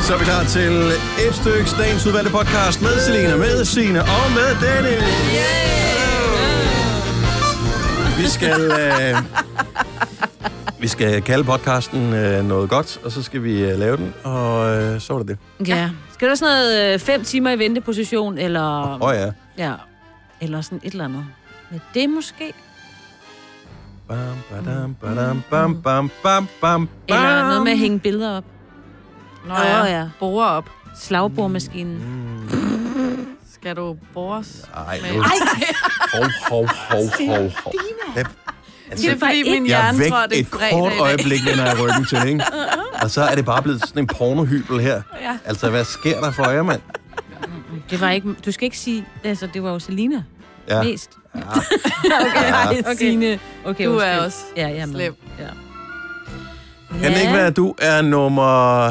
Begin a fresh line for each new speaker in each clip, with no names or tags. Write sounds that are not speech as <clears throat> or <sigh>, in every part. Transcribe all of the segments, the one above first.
Så er vi klar til et stykke dagens udvalgte podcast med Selina, med Sine og med Dennis. Vi skal, øh, vi skal kalde podcasten øh, noget godt, og så skal vi øh, lave den, og øh, så var det det.
Ja. Skal der sådan noget øh, fem timer i venteposition, eller...
Åh oh, ja.
ja. Eller sådan et eller andet. Men det måske.
Bam, badam, badam, bam, bam, bam, bam,
Eller noget
bam.
med at hænge billeder op.
Nå
Åh
ja,
ja.
borer op. Mm.
Slagbordmaskinen.
Skal du bores?
Ej,
med-
nu. Hov, hov, hov, hov, hov. Jeg, altså,
Det er fordi, min
jeg er
hjerne
væk
tror, det er
et
fredag
kort
i dag.
øjeblik, når jeg ryggen til,
<laughs>
ikke? Og så er det bare blevet sådan en pornohybel her.
Ja.
Altså, hvad sker der for jer, mand?
Det var ikke... Du skal ikke sige... Altså, det var jo Selina
Ja.
mest.
Ja.
<laughs> Okay.
Signe,
Okay,
du er
undskyld.
også
Ja, jeg er med.
slem.
Ja.
Kan det ikke være, at du er nummer...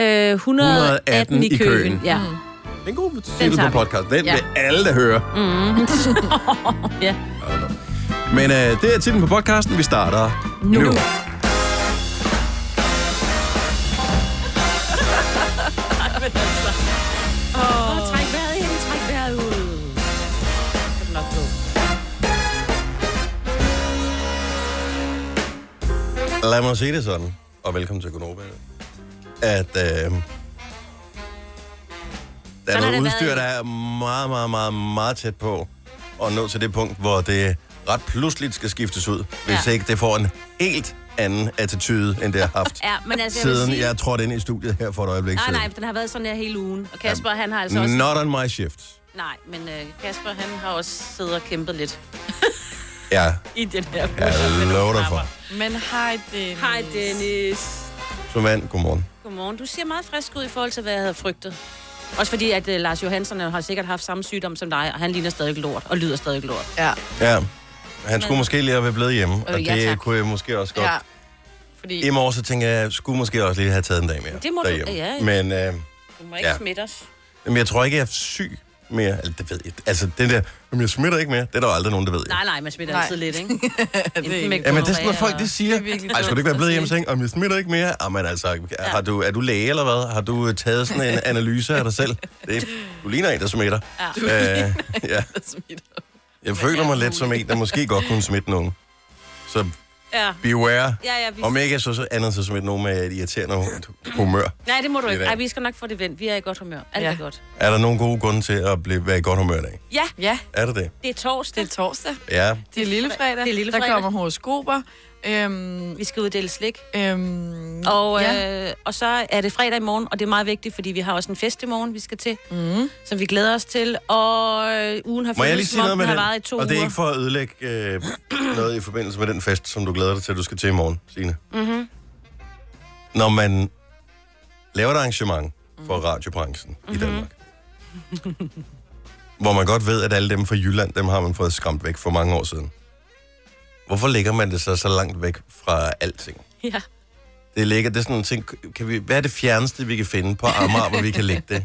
Øh, 118 i køen. I køen. Ja.
Mm.
Det er en god titel
tager
på
vi.
podcast. Den
Ja.
vil alle, der hører.
<laughs> Mm. ja.
Men øh, det er titlen på podcasten. Vi starter nu.
Nu.
nu.
altså. Og træk vejret ind, træk vejret ud. Så er det nok gå.
Lad mig sige det sådan, og velkommen til Konoba, at øh, der er
har
noget
det
udstyr,
været.
der er meget, meget, meget, meget tæt på at nå til det punkt, hvor det ret pludseligt skal skiftes ud, hvis
Ja.
ikke det får en helt anden attitude, end det har haft,
<laughs> Ja, men altså, jeg vil
siden
sige...
jeg trådte ind i studiet her for et øjeblik
Nej,
siden.
nej, den har været sådan her hele ugen. Og Kasper, han har altså også...
Not on my shift.
Nej, men øh, Kasper, han har også siddet og kæmpet lidt
Ja,
i den her
jeg
proces med nogle
lover dig
knapper.
for.
Men hej, Dennis.
Hej, Dennis.
Som mand, godmorgen.
Godmorgen. Du ser meget frisk ud i forhold til, hvad jeg havde frygtet. Også fordi, at uh, Lars Johansson har sikkert haft samme sygdom som dig, og han ligner stadig lort, og lyder stadig lort.
Ja,
Ja, han skulle måske lige have været blevet hjemme, og
ja,
det
tak.
kunne jeg måske også godt
Øh, ja. Fordi
I morges så tænker jeg, jeg skulle måske også lige have taget en dag mere
Det må du-
derhjemme.
ja, ja.
Men, øh,
Du må ikke
Ja.
ja. smitte os.
men jeg tror ikke, jeg er syg mere. Altså, det ved jeg. Altså, den der, om jeg smitter ikke mere, det er der jo aldrig nogen, der ved.
Nej, nej, man smitter
Nej.
nej. altid lidt, ikke?
ja, <laughs> det er
Enten
ikke...
med
Ja, men det er sådan
gonorrhea
noget, folk de
og-
siger.
Det er virkelig
Ej, skulle du ikke
dumt
være
at
blevet hjemme
sige.
og tænke, om jeg smitter ikke mere? Jamen altså, har du, er du læge eller hvad? Har du øh, taget
<laughs>
sådan en analyse af dig selv? Det er, du ligner en, der smitter.
Ja.
Øh,
<laughs>
ja. Jeg føler mig lidt som en, der måske godt kunne smitte nogen. Så
Ja.
beware.
Ja, ja, vi...
Om ikke så, så andet så som et nogen med et irriterende humør.
Nej, det må du
Det er
ikke.
det.
Ej, vi skal nok få det vendt. Vi er i godt humør. Alt ja.
Ja.
er godt.
Er der nogen gode grunde til at blive, være i godt humør i dag?
Ja,
Ja,
Er det det?
det er torsdag.
det er torsdag.
Ja.
Det er lille fredag.
Det er lille fredag.
Der kommer horoskoper. Øhm,
Vi skal uddele slik.
øhm,
Og,
ja.
ja. øh, og så er det fredag i morgen, og det er meget vigtigt, fordi vi har også en fest i morgen, vi skal til,
Mhm.
mm. som vi glæder os til. Og øh, ugen har
Må jeg
føltes,
lige sige
som om
noget med
den
den?
har varet i to
og det er
uger.
ikke for at ødelægge øh, noget i forbindelse med den fest, som du glæder dig til, du skal til i morgen, Signe. Mm-hmm.
Mhm.
Når man laver et arrangement
Mm.
for radiobranchen
Mhm.
mm-hmm. i Danmark, hvor man godt ved, at alle dem fra Jylland, dem har man fået skræmt væk for mange år siden. Hvorfor lægger man det så så langt væk fra alting?
Ja.
Det ligger, det er sådan en ting, kan vi, hvad er det fjerneste, vi kan finde på Amager, hvor vi kan lægge det?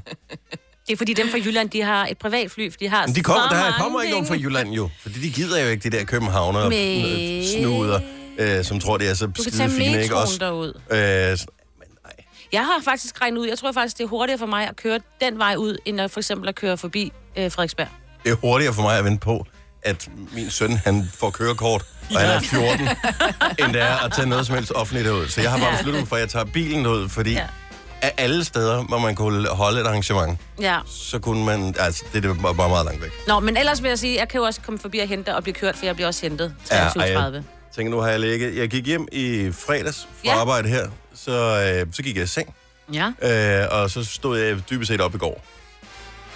Det er fordi dem fra Jylland, de har et privatfly, for de har
Men de kommer,
så
der
Altså, mange
kommer ikke nogen fra
penge.
Jylland jo, fordi de gider jo ikke de der københavner
Men-
Men... snuder, øh, som tror, det er så
Du kan
skide
tage
fine, ikke
metroen
også?
derud.
Øh, s- men nej.
Jeg har faktisk regnet ud, jeg tror faktisk, det er hurtigere for mig at køre den vej ud, end at for eksempel at køre forbi øh, Frederiksberg.
det er hurtigere for mig at vente på, at min søn han får kørekort, og han
<laughs>
er 14, end det er at tage noget som helst offentligt ud. Så jeg har bare besluttet mig for, at jeg tager bilen ud, fordi
Ja.
af alle steder, hvor man kunne holde et arrangement,
Ja.
så kunne man... Altså, det, det var bare meget langt væk.
Nå, men ellers vil jeg sige, jeg kan jo også komme forbi og hente dig og blive kørt, for jeg bliver også hentet
Ja,
23.30.
ej, jeg tænker, nu har jeg ligget. Jeg gik hjem i fredags fra ja.
Ja.
arbejde her, så, øh, så gik jeg i seng,
Ja.
øh, og så stod jeg dybest set op i går.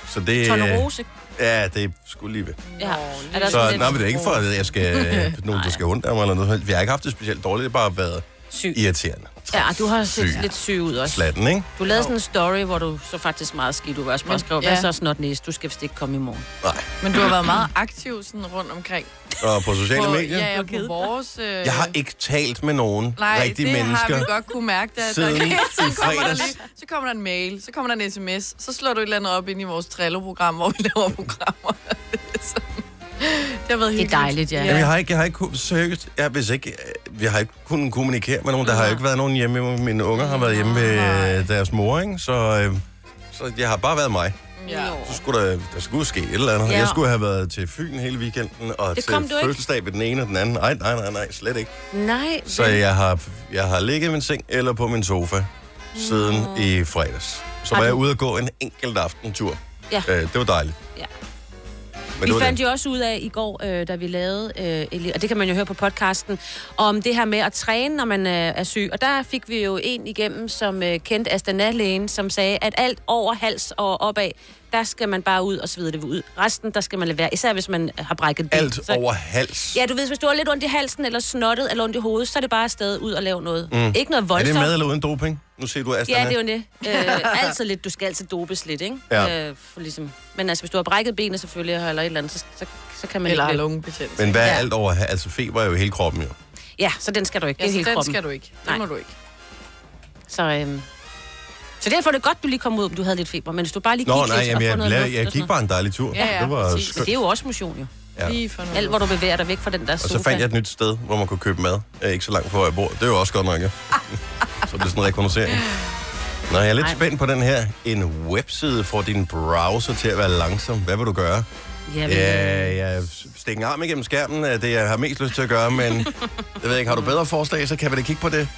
Så det...
Tonne Rose.
Ja, det skulle lige ved.
Ja. Er der
Så
sådan
nej,
lidt
men det er ikke for, at jeg skal, <laughs> nogen, der skal undre mig eller noget. Vi har ikke haft det specielt dårligt, det har bare været
syg?
irriterende.
<laughs> Ja, du har set
Syg.
lidt syg ud også.
Slatten, ikke?
Du lavede sådan en story, hvor du så faktisk meget skidt ud, hvor jeg også bare
Men-
skrev,
ja.
hvad så snot næse, du skal vist ikke komme i morgen.
Nej.
Men du har været meget aktiv sådan rundt omkring.
Og på sociale
På,
medier.
ja, ja,
Du har
på
kedet
vores... Øh...
Jeg har ikke talt med nogen
Nej,
rigtige
det
mennesker.
har vi godt kunne mærke, da
siden
der,
i
<laughs> så, kommer der
fredags.
lige, så kommer der en mail, så kommer der en sms, så slår du et eller andet op ind i vores Trello-program, hvor vi laver programmer. <laughs> det, er sådan- det har været
Det er
hyggeligt.
dejligt, ja.
Jamen, jeg har ikke, jeg har ikke kunnet, seriøst, jeg, hvis ikke, øh, vi har ikke kunnet kommunikere med nogen. Der har jo ikke været nogen hjemme. Mine unger har været hjemme ved øh, deres mor, ikke? Så, øh, så jeg har bare været mig.
Ja.
Så skulle der, der skulle ske et eller andet.
Ja.
Ja. Jeg skulle have været til Fyn hele weekenden, og
Det
til
kom du ikke.
fødselsdag ved den ene og den anden. Nej, nej, nej, nej, slet ikke.
Nej,
Så
vel.
jeg har, jeg har ligget i min seng eller på min sofa siden i fredags. Så
Har
var jeg
du-
ude og gå en enkelt aftentur.
Ja.
Øh, det var dejligt.
Ja.
Men det
Vi
var
fandt
det.
jo også ud af i går, øh, da vi lavede, øh, Eli- og det kan man jo høre på podcasten, om det her med at træne, når man øh, er syg. Og der fik vi jo en igennem, som øh, kendte Astana-lægen, som sagde, at alt over hals og opad, der skal man bare ud og svede det ud. Resten, der skal man lade være, især hvis man har brækket ben.
Alt over hals.
Ja, du ved, hvis du har lidt ondt i halsen, eller snottet, eller ondt i hovedet, så er det bare afsted ud og lave noget. Mm. Ikke noget
er det
voldsomt.
med eller uden doping? Nu ser du Astana.
Ja, det er jo det. Øh, <laughs> altid lidt, du skal altid dopes lidt, ikke?
Ja.
Øh, for ligesom. Men altså, hvis du har brækket benet selvfølgelig, eller et eller andet, så, så, så kan man
Eller har
ikke...
lungebetændelse.
Men hvad er
Ja.
alt over hals? Altså feber er jo hele kroppen jo.
Ja, så den skal du ikke.
Ja,
det er
så
hele
den
kroppen.
skal du ikke. Den
Nej.
må du ikke.
Så, øhm, så derfor er det godt, du lige kom ud, om du havde lidt feber. Men hvis du bare lige
Nå,
gik
nej,
lidt
jamen,
og
jeg,
får noget
jeg,
luft
jeg
og sådan
gik
noget.
bare en dejlig tur.
Ja, ja,
det var
præcis.
Men
skønt.
det er jo også motion, jo.
Ja.
Lige for noget.
Alt, hvor du bevæger dig væk fra den der
Og
sofa.
så fandt jeg et nyt sted, hvor man kunne købe mad. Øh, Ikke så langt fra, hvor jeg bor. Det er jo også godt nok, ja. Så det er sådan en rekognosering. Nå, jeg er lidt
Ej.
spændt på den her. En webside får din browser til at være langsom. Hvad vil du gøre?
Jamen,
øh,
Ja, jeg stikker en arm igennem skærmen, er det, jeg har mest lyst til at gøre, men jeg ved ikke, har du bedre forslag, så kan vi da kigge på
<laughs>
det.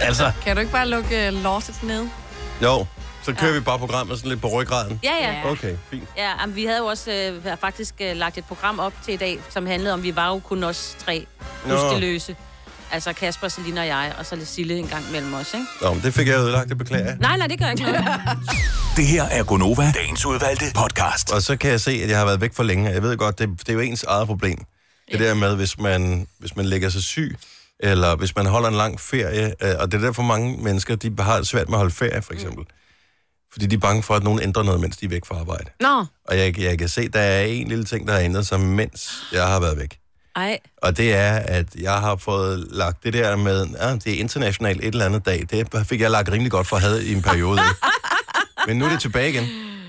altså,
Kan du ikke bare lukke øh, lortet ned?
jo, så kører vi bare programmet sådan lidt på ryggraden.
Ja, ja.
Okay, fint.
Ja, jamen, vi havde jo også øh, faktisk øh, lagt et program op til i dag, som handlede om, vi var jo kun os tre plus
Nå.
de løse. Altså Kasper, Selina og jeg, og så lidt Sille en gang mellem os, ikke?
Nå, men det fik jeg ødelagt, det beklager jeg.
Nej, nej, det gør ikke noget.
Det her er Gonova, dagens udvalgte podcast.
Og så kan jeg se, at jeg har været væk for længe. Jeg ved godt, det, det er jo ens eget problem. Det der med, hvis man, hvis man lægger sig syg, eller hvis man holder en lang ferie, øh, og det er derfor mange mennesker, de har det svært med at holde ferie, for eksempel. Fordi de er bange for, at nogen ændrer noget, mens de er væk fra arbejde.
Nå,
Og jeg, jeg kan se, der er en lille ting, der har ændret sig, mens jeg har været væk.
ej.
Og det er, at jeg har fået lagt det der med, ja, det er internationalt et eller andet dag. Det fik jeg lagt rimelig godt for at have i en periode. Men nu er det tilbage igen.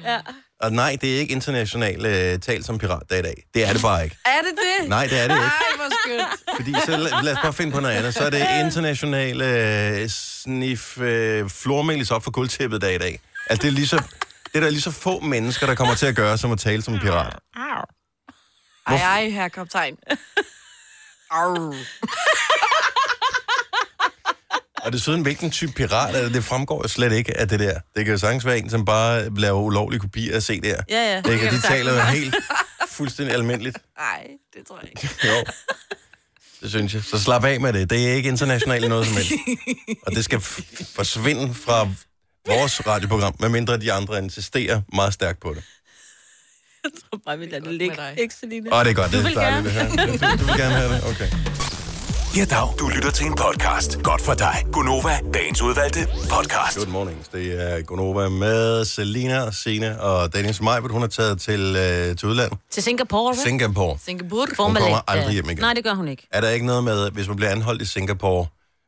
Ja.
Og nej, det er ikke international øh, tal som piratdag i dag. Det er det bare ikke.
Er det det?
Nej, det er det ikke.
Ej, hvor skønt.
Fordi så la- lad os bare finde på noget andet. Så er det international øh, snif øh, flormelis op for guldtæppet dag i dag. Altså, det er, lige så, det er der lige så få mennesker, der kommer til at gøre, som at tale som en pirat.
Ej, ej, herre kaptajn. Arr.
Og desuden, hvilken type pirat er det? Det fremgår jo slet ikke af det der. Det kan jo sagtens være en, som bare laver ulovlige kopier af CD'er.
Ja, ja.
Det kan, de taler jo helt fuldstændig almindeligt.
Ej, det tror jeg ikke.
<laughs> Jo. Det synes jeg. Så slap af med det. Det er ikke internationalt noget som helst. Og det skal f- forsvinde fra vores radioprogram, medmindre de andre insisterer meget stærkt på det.
Jeg tror bare, vi lader det
med
ligge.
dig.
Ikke, Selina?
Åh, det er godt.
Du
Det er
vil
dejligt, det her. Du, du vil
<laughs>
gerne have det? Okay.
Ja, dag. Du lytter til en podcast. Godt for dig. Gonova, dagens udvalgte podcast.
Good morning. Det er Gonova med Selina, Sine og Dennis Majbert. Hun er taget til, øh, til udlandet.
Til Singapore, hvad?
Singapore.
Singapore.
Formel
kommer
et,
aldrig
øh,
hjem igen.
Nej, det gør hun ikke.
Er der ikke noget med, hvis man bliver anholdt i Singapore,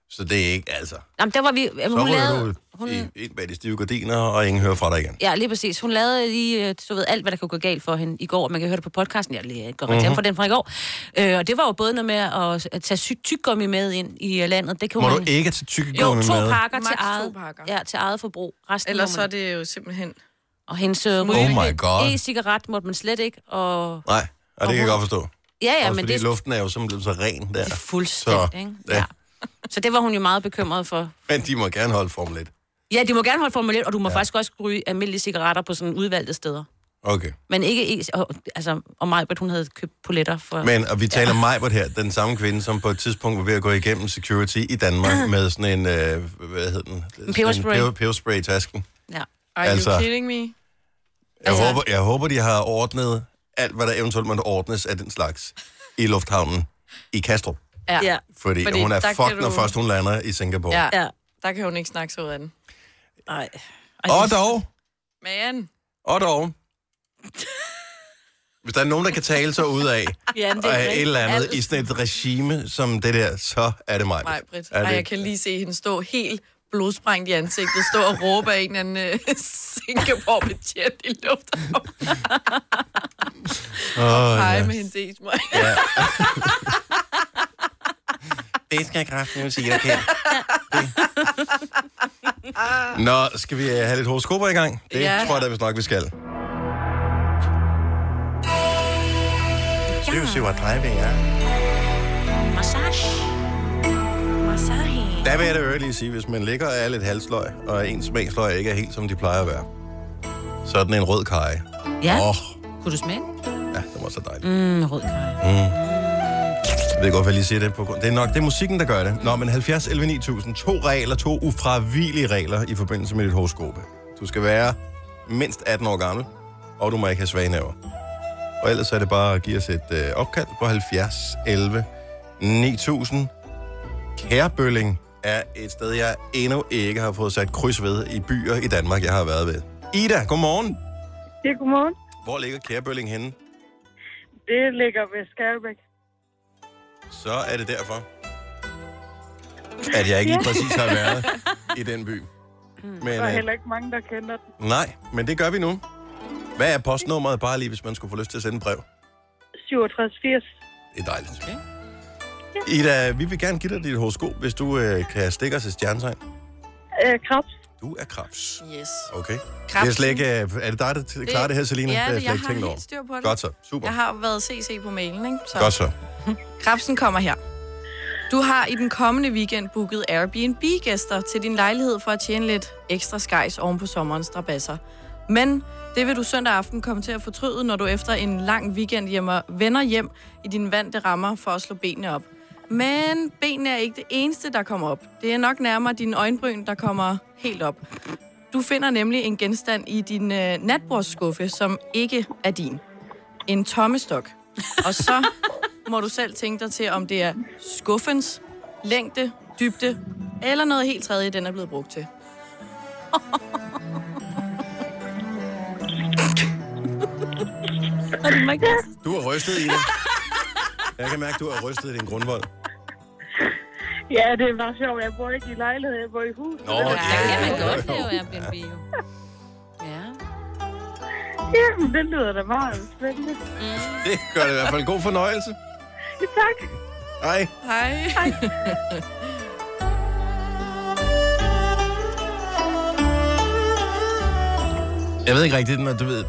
så det er ikke, altså...
Jamen, der var vi... Jamen,
Så
hun
ryger
lavede...
du
Hun,
i, ind bag de stive gardiner, og ingen hører fra dig igen.
Ja, lige præcis. Hun lavede lige, øh, du ved, alt, hvad der kunne gå galt for hende i går. og Man kan høre det på podcasten. Jeg lige går
Mhm.
reklame for den fra i går. Øh, og det var jo både noget med at, at tage sygt tyggegummi med ind i øh, landet. Det kan
Må
man...
du ikke til tykke
Jo, to
med?
pakker til
Max to
eget,
pakker.
Ja, til eget forbrug. Resten
Ellers
må
så
man...
er det jo simpelthen...
Og hendes
Oh
oh
my god.
e-cigaret måtte man slet ikke. Og...
Nej, og det kan jeg godt forstå.
Ja, ja,
Ja,
men
fordi
det
det...
er
luften er jo simpelthen blevet så ren der.
fuldstændig.
Så,
ikke?
ja.
Ja. Så det var hun jo meget bekymret for.
Men de må gerne holde Formel 1.
Ja, de må gerne holde Formel 1, og du må ja. faktisk også ryge almindelige cigaretter på sådan udvalgte steder.
Okay.
Men ikke e- og, altså, og Majbert, hun havde købt poletter for...
Men, og vi taler ja. Majbert her, den samme kvinde, som på et tidspunkt var ved at gå igennem security i
<clears throat>
Danmark med sådan en, øh, hvad hed den? Sådan
peberspray.
peber- Peberspray i tasken.
Ja.
Are altså...
Altså-
you kidding me?
Jeg,
Altså-
altså... håber, jeg håber, de har ordnet alt, hvad der eventuelt måtte ordnes af den slags i lufthavnen i Kastrup.
Ja.
ja.
Fordi
Fordi, Fordi hun er
der
fucked,
kan
du...
du-
når først hun lander i Singapore. Ja.
ja.
Ja.
Der kan hun ikke snakke så ud af den.
Nej.
Og dog,
Men...
og dog. Hvis der er nogen, der kan tale sig ud
<laughs>
af
Ja, men
og have et
rigtigt.
eller andet
Alt.
i sådan et regime som det der, så er det mig.
Nej, Britt.
Er
Ej,
det...
jeg kan lige se hende stå helt blodsprængt i ansigtet, stå og råbe af en eller anden øh, <laughs> Singapore-betjent i luften.
Åh,
Hej
ja.
<laughs>
med hendes esmøg.
Ja. Det skal jeg kraftigt sige, der kan. Nå, skal vi øh, have lidt horoskoper i gang? Det
Ja.
ja. tror jeg da, hvis nok vi skal. Syv, syv og tredive, ja.
Massage. Massage.
Der vil jeg da øvrigt lige sige, hvis man ligger og er lidt halsløg, og ens smagsløg ikke er helt, som de plejer at være, så er den en rød karry.
Ja. Oh.
Åh, oh,
Kunne du smage den?
ja, det var så dejligt.
Mm, rød kaj.
Jeg ved godt, hvad jeg lige siger det på grund. Det er nok det er musikken, der gør det. Nå, men 70 11 9000. To regler, to ufravigelige regler i forbindelse med dit horoskop. Du skal være mindst 18 år gammel, og du må ikke have svage næver. Og ellers er det bare at give os et øh, opkald på 70 11 9000. Kærbølling er et sted, jeg endnu ikke har fået sat kryds ved i byer i Danmark, jeg har været ved. Ida, godmorgen.
Ja, godmorgen.
Hvor ligger Kærbølling henne?
Det ligger ved Skærbæk.
Så er det derfor, at jeg ikke lige præcis har været i den by. Men,
Der er
øh,
Mm. heller ikke mange, der kender den.
nej, men det gør vi nu. Hvad er postnummeret bare lige, hvis man skulle få lyst til at sende en brev?
6780.
Det er dejligt. Okay. Ida, vi vil gerne give dig dit horoskop, hvis du øh, kan stikke os et stjernetegn.
Øh, Krabs.
Du er krebs.
Yes.
Okay.
Krebsen.
Det er, slet ikke, øh, er det dig, der t- klarer det her, Selina?
Ja,
har
det,
slet
jeg
ikke
har
tænkt over.
helt styr på det.
Godt så. Super.
Jeg har været CC på mailen, ikke? Så
Godt så.
Krabsen kommer her. Du har i den kommende weekend booket Airbnb-gæster til din lejlighed for at tjene lidt ekstra skejs oven på sommerens strabasser. Men det vil du søndag aften komme til at fortryde, når du efter en lang weekend hjemme vender hjem i din vante rammer for at slå benene op. Men benene er ikke det eneste, der kommer op. Det er nok nærmere dine øjenbryn, der kommer helt op. Du finder nemlig en genstand i din øh, natbordsskuffe, som ikke er din. En tommestok. Og så må du selv tænke dig til, om det er skuffens længde, dybde eller noget helt tredje, den er blevet brugt til.
Du er rystet, Ida. Jeg kan mærke, du er rystet i din grundvold.
Ja, det er bare sjovt. Jeg bor ikke i lejlighed, jeg bor i hus.
Nå,
det,
ja,
er-
Ja, kan man
ja,
godt
ja.
lave Airbnb, jo. Ja.
Jamen, det lyder da meget spændende.
Det gør det i hvert fald. God fornøjelse.
Ja, tak.
Hej.
Hej.
Jeg ved ikke rigtigt, men du ved...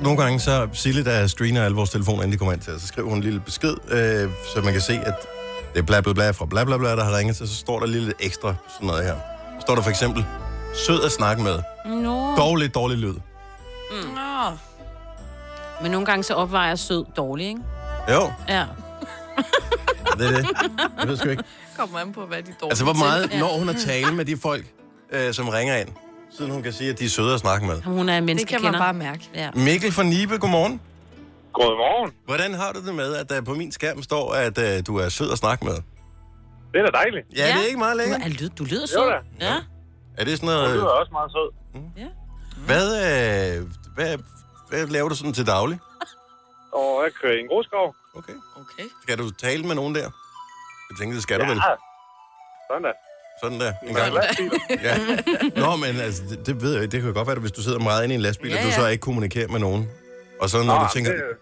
Nogle gange så Sille, der screener alle vores telefoner, inden de kommer ind til os, så skriver hun en lille besked, øh, så man kan se, at det er bla bla bla fra bla bla bla, der har ringet til, så står der lige lidt ekstra sådan noget her. Så står der for eksempel, sød at snakke med,
Nå.
dårlig, dårlig lyd.
Nå.
Men nogle gange så opvejer sød dårlig, ikke?
Jo,
Ja.
det er det. Jeg ved sgu ikke.
Kommer an på, hvad de dårlige
Altså, hvor
til.
meget når hun at tale med de folk, øh, som ringer ind, siden hun kan sige, at de er søde at snakke med.
Hun er en
Det kan
menneskekender.
man bare mærke.
Ja.
Mikkel fra Nibe, godmorgen.
Godmorgen.
Hvordan har du det med, at der på min skærm står, at øh, du er sød at snakke med?
Det er da dejligt.
Ja, det er ikke meget
Du,
længe.
er, lyd, du lyder
Jo
sød.
da.
Ja.
Er det sådan
Hun
noget...
lyder også meget sød.
Hvad, øh, hvad, hvad laver du sådan til daglig?
Og jeg kører i en groskov.
Okay.
Okay.
Skal du tale med nogen der? Jeg tænkte, det skal du vel.
Sådan da.
Sådan der. En
Med
gang.
lastbiler.
Ja. <laughs> Nå, men altså, det, det ved jeg ikke. Det kan jo godt være, at hvis du sidder meget inde i en lastbil,
Ja,
ja, ja. og du
ja.
så ikke kommunikerer med nogen. Og så når
Nå,
du tænker,
Ah, det-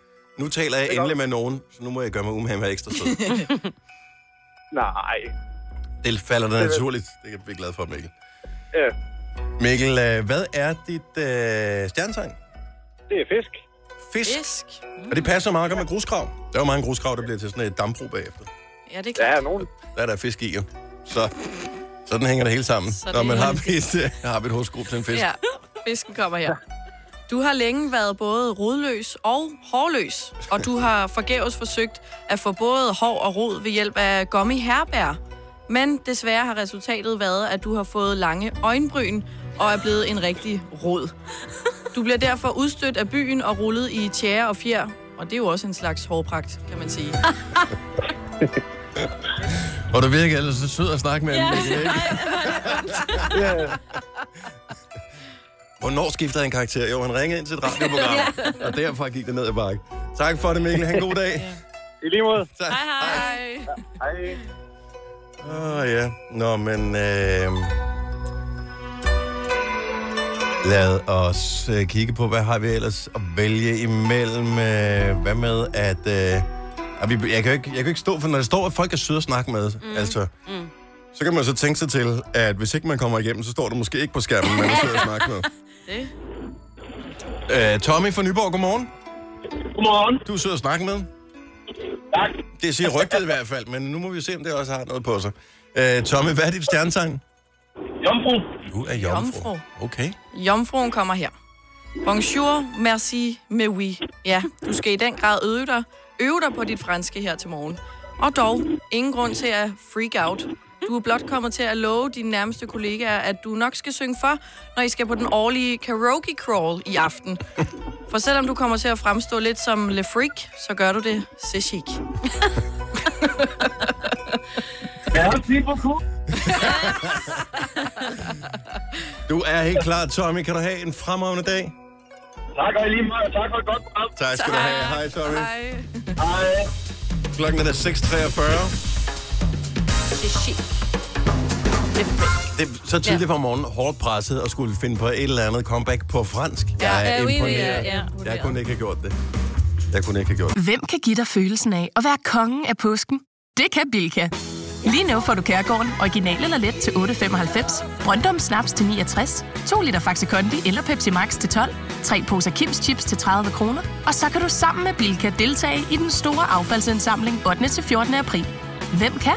nu taler jeg
det er
endelig
godt.
med nogen, så nu må jeg gøre mig umhæng med ekstra sød.
<laughs> Nej.
det falder da
Det er-
naturligt. Det er jeg glad for, Mikkel.
Ja,
Mikkel, øh, hvad er dit øh, stjernetegn?
det er fisk.
Fisk.
Fisk.
Og det passer meget godt med gruskrav. Der er jo mange gruskrav, der bliver til sådan et dambrug bagefter.
Ja, det
Der
kan.
er nogen.
der er der fisk i, jo. Så sådan hænger det hele sammen.
Så det
Når man
er
har vi et, øh, har vi et horoskop til en fisk.
Ja, fisken kommer her. Du har længe været både rodløs og hårløs, og du har forgæves forsøgt at få både hår og rod ved hjælp af gummi herbær. Men desværre har resultatet været, at du har fået lange øjenbryn og er blevet en rigtig rod. Du bliver derfor udstødt af byen og rullet i tjære og fjer, og det er jo også en slags hårpragt, kan man sige.
Og du virker ellers så sød at snakke med ja.
Ja,
Hvornår skiftede han karakter? Jo, han ringede ind til et radioprogram, ja. og derfra gik det ned ad bakke. Tak for det, Mikkel. Han god dag.
i lige måde.
Tak.
Hej, hej. <laughs>
Hej.
Hej.
Åh, oh, ja. Nå, men... Øh... Lad os øh, kigge på, hvad har vi ellers at vælge imellem. Øh, hvad med, at øh, Og vi- Jeg kan, jo ikke, jeg kan jo ikke stå for, når det står, at folk er søde at snakke med, mm. altså, mm. så kan man så tænke sig til, at hvis ikke man kommer igennem, så står det måske ikke på skærmen, man er sød at snakke <laughs> med.
Det.
Øh, Tommy fra Nyborg, godmorgen.
Godmorgen.
Du er sød at snakke med.
Tak.
Det siger rygtet i hvert fald, men nu må vi se, om det også har noget på sig. Øh, Tommy, hvad er dit stjernetegn?
Jomfru.
Du er
jomfru.
jomfru. Okay.
Jomfruen kommer her. Bonjour, merci, mais oui. Ja, du skal i den grad øve dig, øve dig på dit franske her til morgen. Og dog, ingen grund til at freak out. Du er blot kommet til at love dine nærmeste kollegaer, at du nok skal synge for, når I skal på den årlige karaoke crawl i aften. For selvom du kommer til at fremstå lidt som Le Freak, så gør du det se chic.
Merci beaucoup.
Du er helt klar, Tommy. Kan du have en fremragende dag?
Tak, og i lige meget. Tak for et godt program.
Tak skal du have. Hej, Tommy.
Hej.
Hej.
Klokken er da 6.43.
Det er shit.
Det er så tidligt på morgenen, hårdt presset, og skulle finde på et eller andet comeback på fransk. Jeg er
ja, oui, oui,
imponeret.
ja, ja.
Jeg kunne ikke have gjort det. Jeg kunne ikke have gjort det.
Hvem kan give dig følelsen af at være kongen af påsken? Det kan Bilka! Lige nu får du Kærgården original eller let til 8.95, Brøndum Snaps til 69, 2 liter Faxi Kondi eller Pepsi Max til 12, 3 poser Kims Chips til 30 kroner, og så kan du sammen med Bilka deltage i den store affaldsindsamling 8. til 14. april. Hvem kan?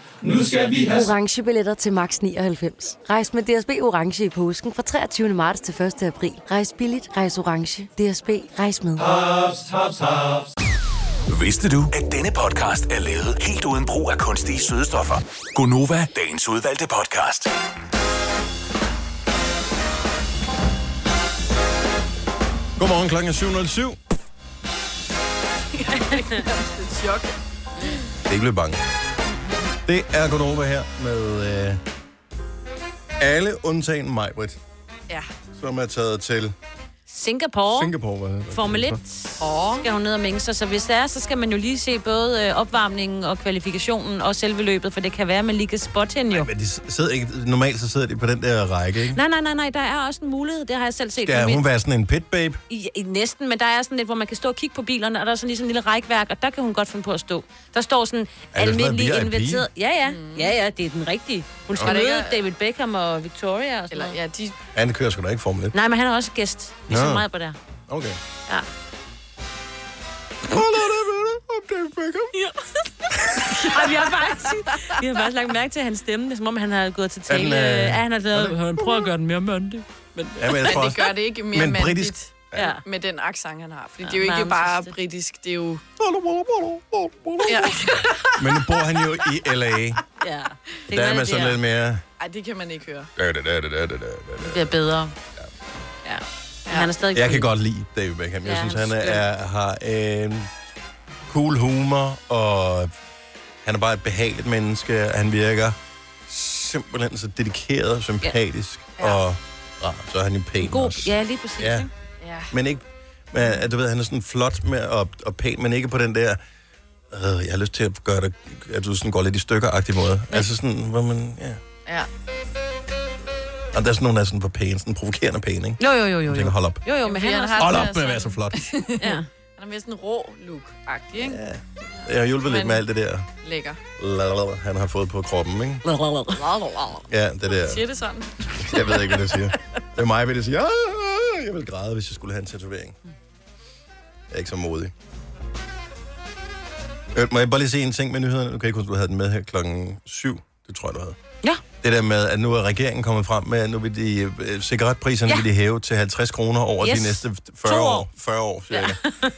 Nu skal vi have
Orange billetter til max 99. Rejs med DSB Orange i påsken fra 23. marts til 1. april. Rejs billigt, rejs orange. DSB, rejs med.
haps, haps, haps.
Vidste du, at denne podcast er lavet helt uden brug af kunstige sødestoffer? Gonova, dagens udvalgte podcast.
Godmorgen, klokken er 7.07.
Chok.
Det er ikke blevet bange. Det er Gunova her med øh, alle undtagen Majbrit,
Ja.
som er taget til
Singapore.
Singapore. Hvad hedder det?
Formel 1 skal hun ned og mingle sig, så hvis det er, så skal man jo lige se både øh, opvarmningen og kvalifikationen og selve løbet, for det kan være, at man lige kan spotte hende jo.
Men de sidder ikke, normalt så sidder de på den der række, ikke?
Nej, nej, nej, nej, der er også en mulighed, det har jeg selv set. på
Skal
mit-
hun være sådan en pit babe?
I, I, næsten, men der er sådan lidt, hvor man kan stå og kigge på bilerne, og der er sådan lige sådan en lille rækværk, og der kan hun godt finde på at stå. Der står sådan
noget
almindelig
VIP?
inviteret. Ja, ja, ja, ja, det er den rigtige. Hun skal
Mm. Og det
møde
er-
David Beckham og Victoria og sådan
Eller,
noget.
ja, de,
Anne kører sgu da ikke Formel 1.
Nej, men han er også gæst. Vi
Nå.
så meget på der.
Okay.
Ja.
Hallo, det er Mette. Om David Beckham.
<laughs> Og vi har faktisk, vi har faktisk lagt mærke til hans stemme. Det er som om, han har gået til tale.
den, øh,
Ja, han har lavet, han prøver at gøre den mere mandig. <laughs>
Ja, men jeg tror
det
også...
gør det ikke mere
Men
mandigt.
britisk-
Ja.
med den accent, han har. Fordi ja, det
Ja,
er jo
meget
ikke bare
racistisk.
britisk, det er jo...
Ja.
Ja.
Men nu bor han jo i L.A.
ja. Det
Der er man sådan lidt mere...
Ej, det kan man ikke høre.
Da, da, da, da, da, da, da.
bliver bedre. Ja. Men Han er stadig
Jeg kan godt lide David Beckham. Jeg
Ja,
synes,
han
han
er
er, er, har øh, cool humor, og han er bare et behageligt menneske. Han virker simpelthen så dedikeret og sympatisk, ja.
Ja.
og rar. Så er han jo pæn
God,
også.
ja, lige præcis.
Ja.
Ja.
Ja.
Men ikke... Men, at du ved, han er sådan flot med, og, og pæn, men ikke på den der... Øh, jeg har lyst til at gøre det, at du sådan går lidt i stykker-agtig måde. Ja. Altså sådan, hvor man... Ja.
Ja.
Og der er sådan nogle, der er sådan for pæne, sådan provokerende pæne, ikke?
Jo, jo, jo, jo.
Jeg
Jo,
tænker, hold op.
jo, jo men han
Fordi
er
har
Hold
den
op
der
med at være så
sådan-
<laughs>
flot.
også- Ja.
Han er mere sådan rå look-agtig, ikke? Ja.
Jeg har hjulpet lidt
Men-
med alt det der
Lækker.
lalala, han har fået på kroppen, ikke?
Siger
Ja, det der.
det sådan?
Jeg ved ikke, hvad det siger. Det er mig, vil det sige. "Ah, Jeg vil græde, hvis jeg skulle have en tatovering. Jeg er ikke så modig. Øh, må jeg bare lige se en ting med nyhederne? Nu kan jeg ikke huske, du havde den med her klokken 7. Det tror jeg, du havde.
Ja.
Det der med, at nu er regeringen kommet frem med, at nu vil de, øh, cigaretpriserne
Ja.
ja. vil de hæve til 50 kroner over yes.
Yes.
de næste
To
40
år.
år. 40 år, cirka. Ja.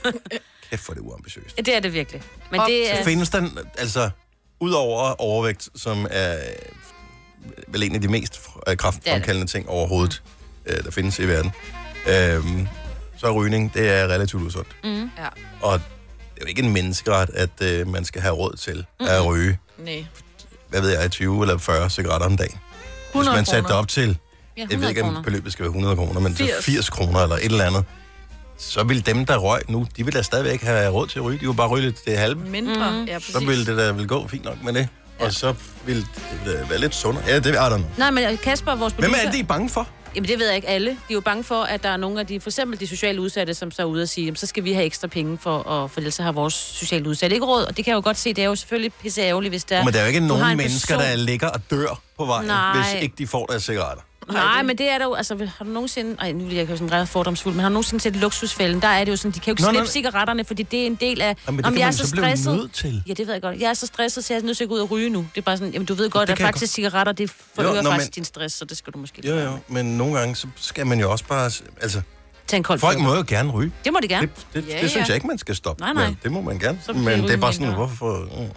Kæft, for det uambitiøst.
Det er det virkelig. Men det
Så
er...
findes der, en- altså, udover overvægt, som er øh, vel en af de mest fr- øh, kraftfremkaldende ting overhovedet,
Mm.
øh, der findes i verden, øhm, så er rygning, det er relativt usundt.
Mm. Ja.
Og det er jo ikke en menneskeret, at øh, man skal have råd til at ryge,
Nej.
hvad ved jeg, 20 eller 40 cigaretter om dagen. Hvis
100
man satte det
kroner.
op til,
Ja,
jeg ved
100
ikke, om
kroner.
beløbet skal være 100 kroner, men 80.
80.
80 kroner eller et eller andet, så vil dem, der røg nu, de vil da stadigvæk have råd til at ryge. De vil bare ryge lidt det halve.
Mm-hmm.
Mindre. Mm. Ja, præcis.
Så ville det da vel gå fint nok med det. Ja. Og så ville det da være lidt sundere. Ja, det er der
Nej, men Kasper, vores
Hvem
producer...
er det, I er bange for?
Jamen, det ved jeg ikke alle. De er jo bange for, at der er nogle af de, for eksempel de sociale udsatte, som så er ude og sige, jamen, så skal vi have ekstra penge, for, at, for ellers så har vores sociale udsatte ikke råd. Og det kan jeg jo godt se, det er jo selvfølgelig pisse ærgerligt, hvis der...
Ja. Men der er jo ikke nogen
en
mennesker,
person-
der ligger og dør på vejen,
Nej.
hvis ikke de får deres cigaretter.
Nej, men det er der jo, altså har du nogensinde, ej, nu bliver jeg jo sådan ret fordomsfuld, men har du nogensinde set luksusfælden, der er det jo sådan, de kan jo ikke
Nå,
slippe
nej.
cigaretterne, fordi det er en del af,
Jamen, det
"Nå,
kan
jeg er
man jo
så
så blive
stresset.
nødt til.
Ja, det ved jeg godt. Jeg er så stresset, så jeg er nødt til at gå ud og ryge nu. Det er bare sådan, jamen du ved godt,
Det
at
kan jeg
faktisk cigaretter, det forøger
nå,
faktisk
men-
din stress, så det skal du måske
Jo, jo, men nogle gange, så skal man jo også bare... Altså,
tage en kold
folk
fjord.
må jo gerne ryge.
Det må de gerne.
Det, det,
Ja,
det
ja.
synes jeg ikke, man skal stoppe
Nej, nej.
med. Det må man gerne.
Så bliver
Men det er
rygning
bare sådan,
mindre.
hvorfor... Mm,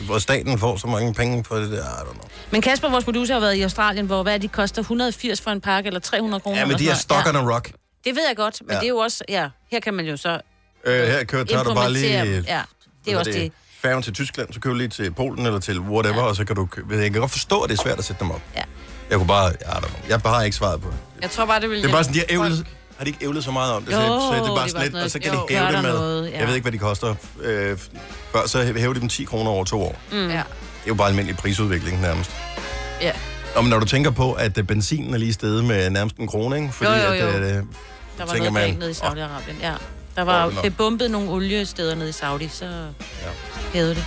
hvor staten får så mange penge på det der, I don't know.
Men Kasper, vores producer, har været i Australien, hvor hvad er det, de koster 180 for en pakke, eller 300 kroner.
Ja, men
eller
de her
sådan noget.
stokkerne rock.
Det ved jeg godt, men
Ja.
det er jo også, ja, her kan man jo så
Øh, her kører, tager du bare lige...
implementere dem. Ja, det er jo også det.
Færgen til Tyskland, så kører du lige til Polen eller til whatever, ja. og så kan du... kø- Jeg kan godt forstå, at det er svært at sætte dem op.
Ja.
Jeg kunne bare... Jeg, don't know. jeg har ikke svaret på det.
Jeg tror bare, det ville
Det er bare sådan, de
hjælpe
har ævlet... Har de ikke ævlet så meget om det? så,
Jo,
så det
det
er
var
bare sådan
sådan
lidt,
noget,
og så kan
jo,
de hæve
gør
det
der
med...
noget, ja.
Jeg ved ikke, hvad de koster. Øh, før så hæver de dem 10 kroner over to år.
folk. Mm. Ja.
Det er jo bare almindelig prisudvikling nærmest.
ja.
Og men når du tænker på, at øh, benzinen er lige steget med nærmest en krone, ikke? Fordi
Jo, jo, jo.
At, øh,
Der var
tænker
noget galt
man,
nede i Saudi-Arabien, ja. Der
Åh,
var
nå.
bebumpet nogle oliesteder nede i Saudi, så ja. hævede det.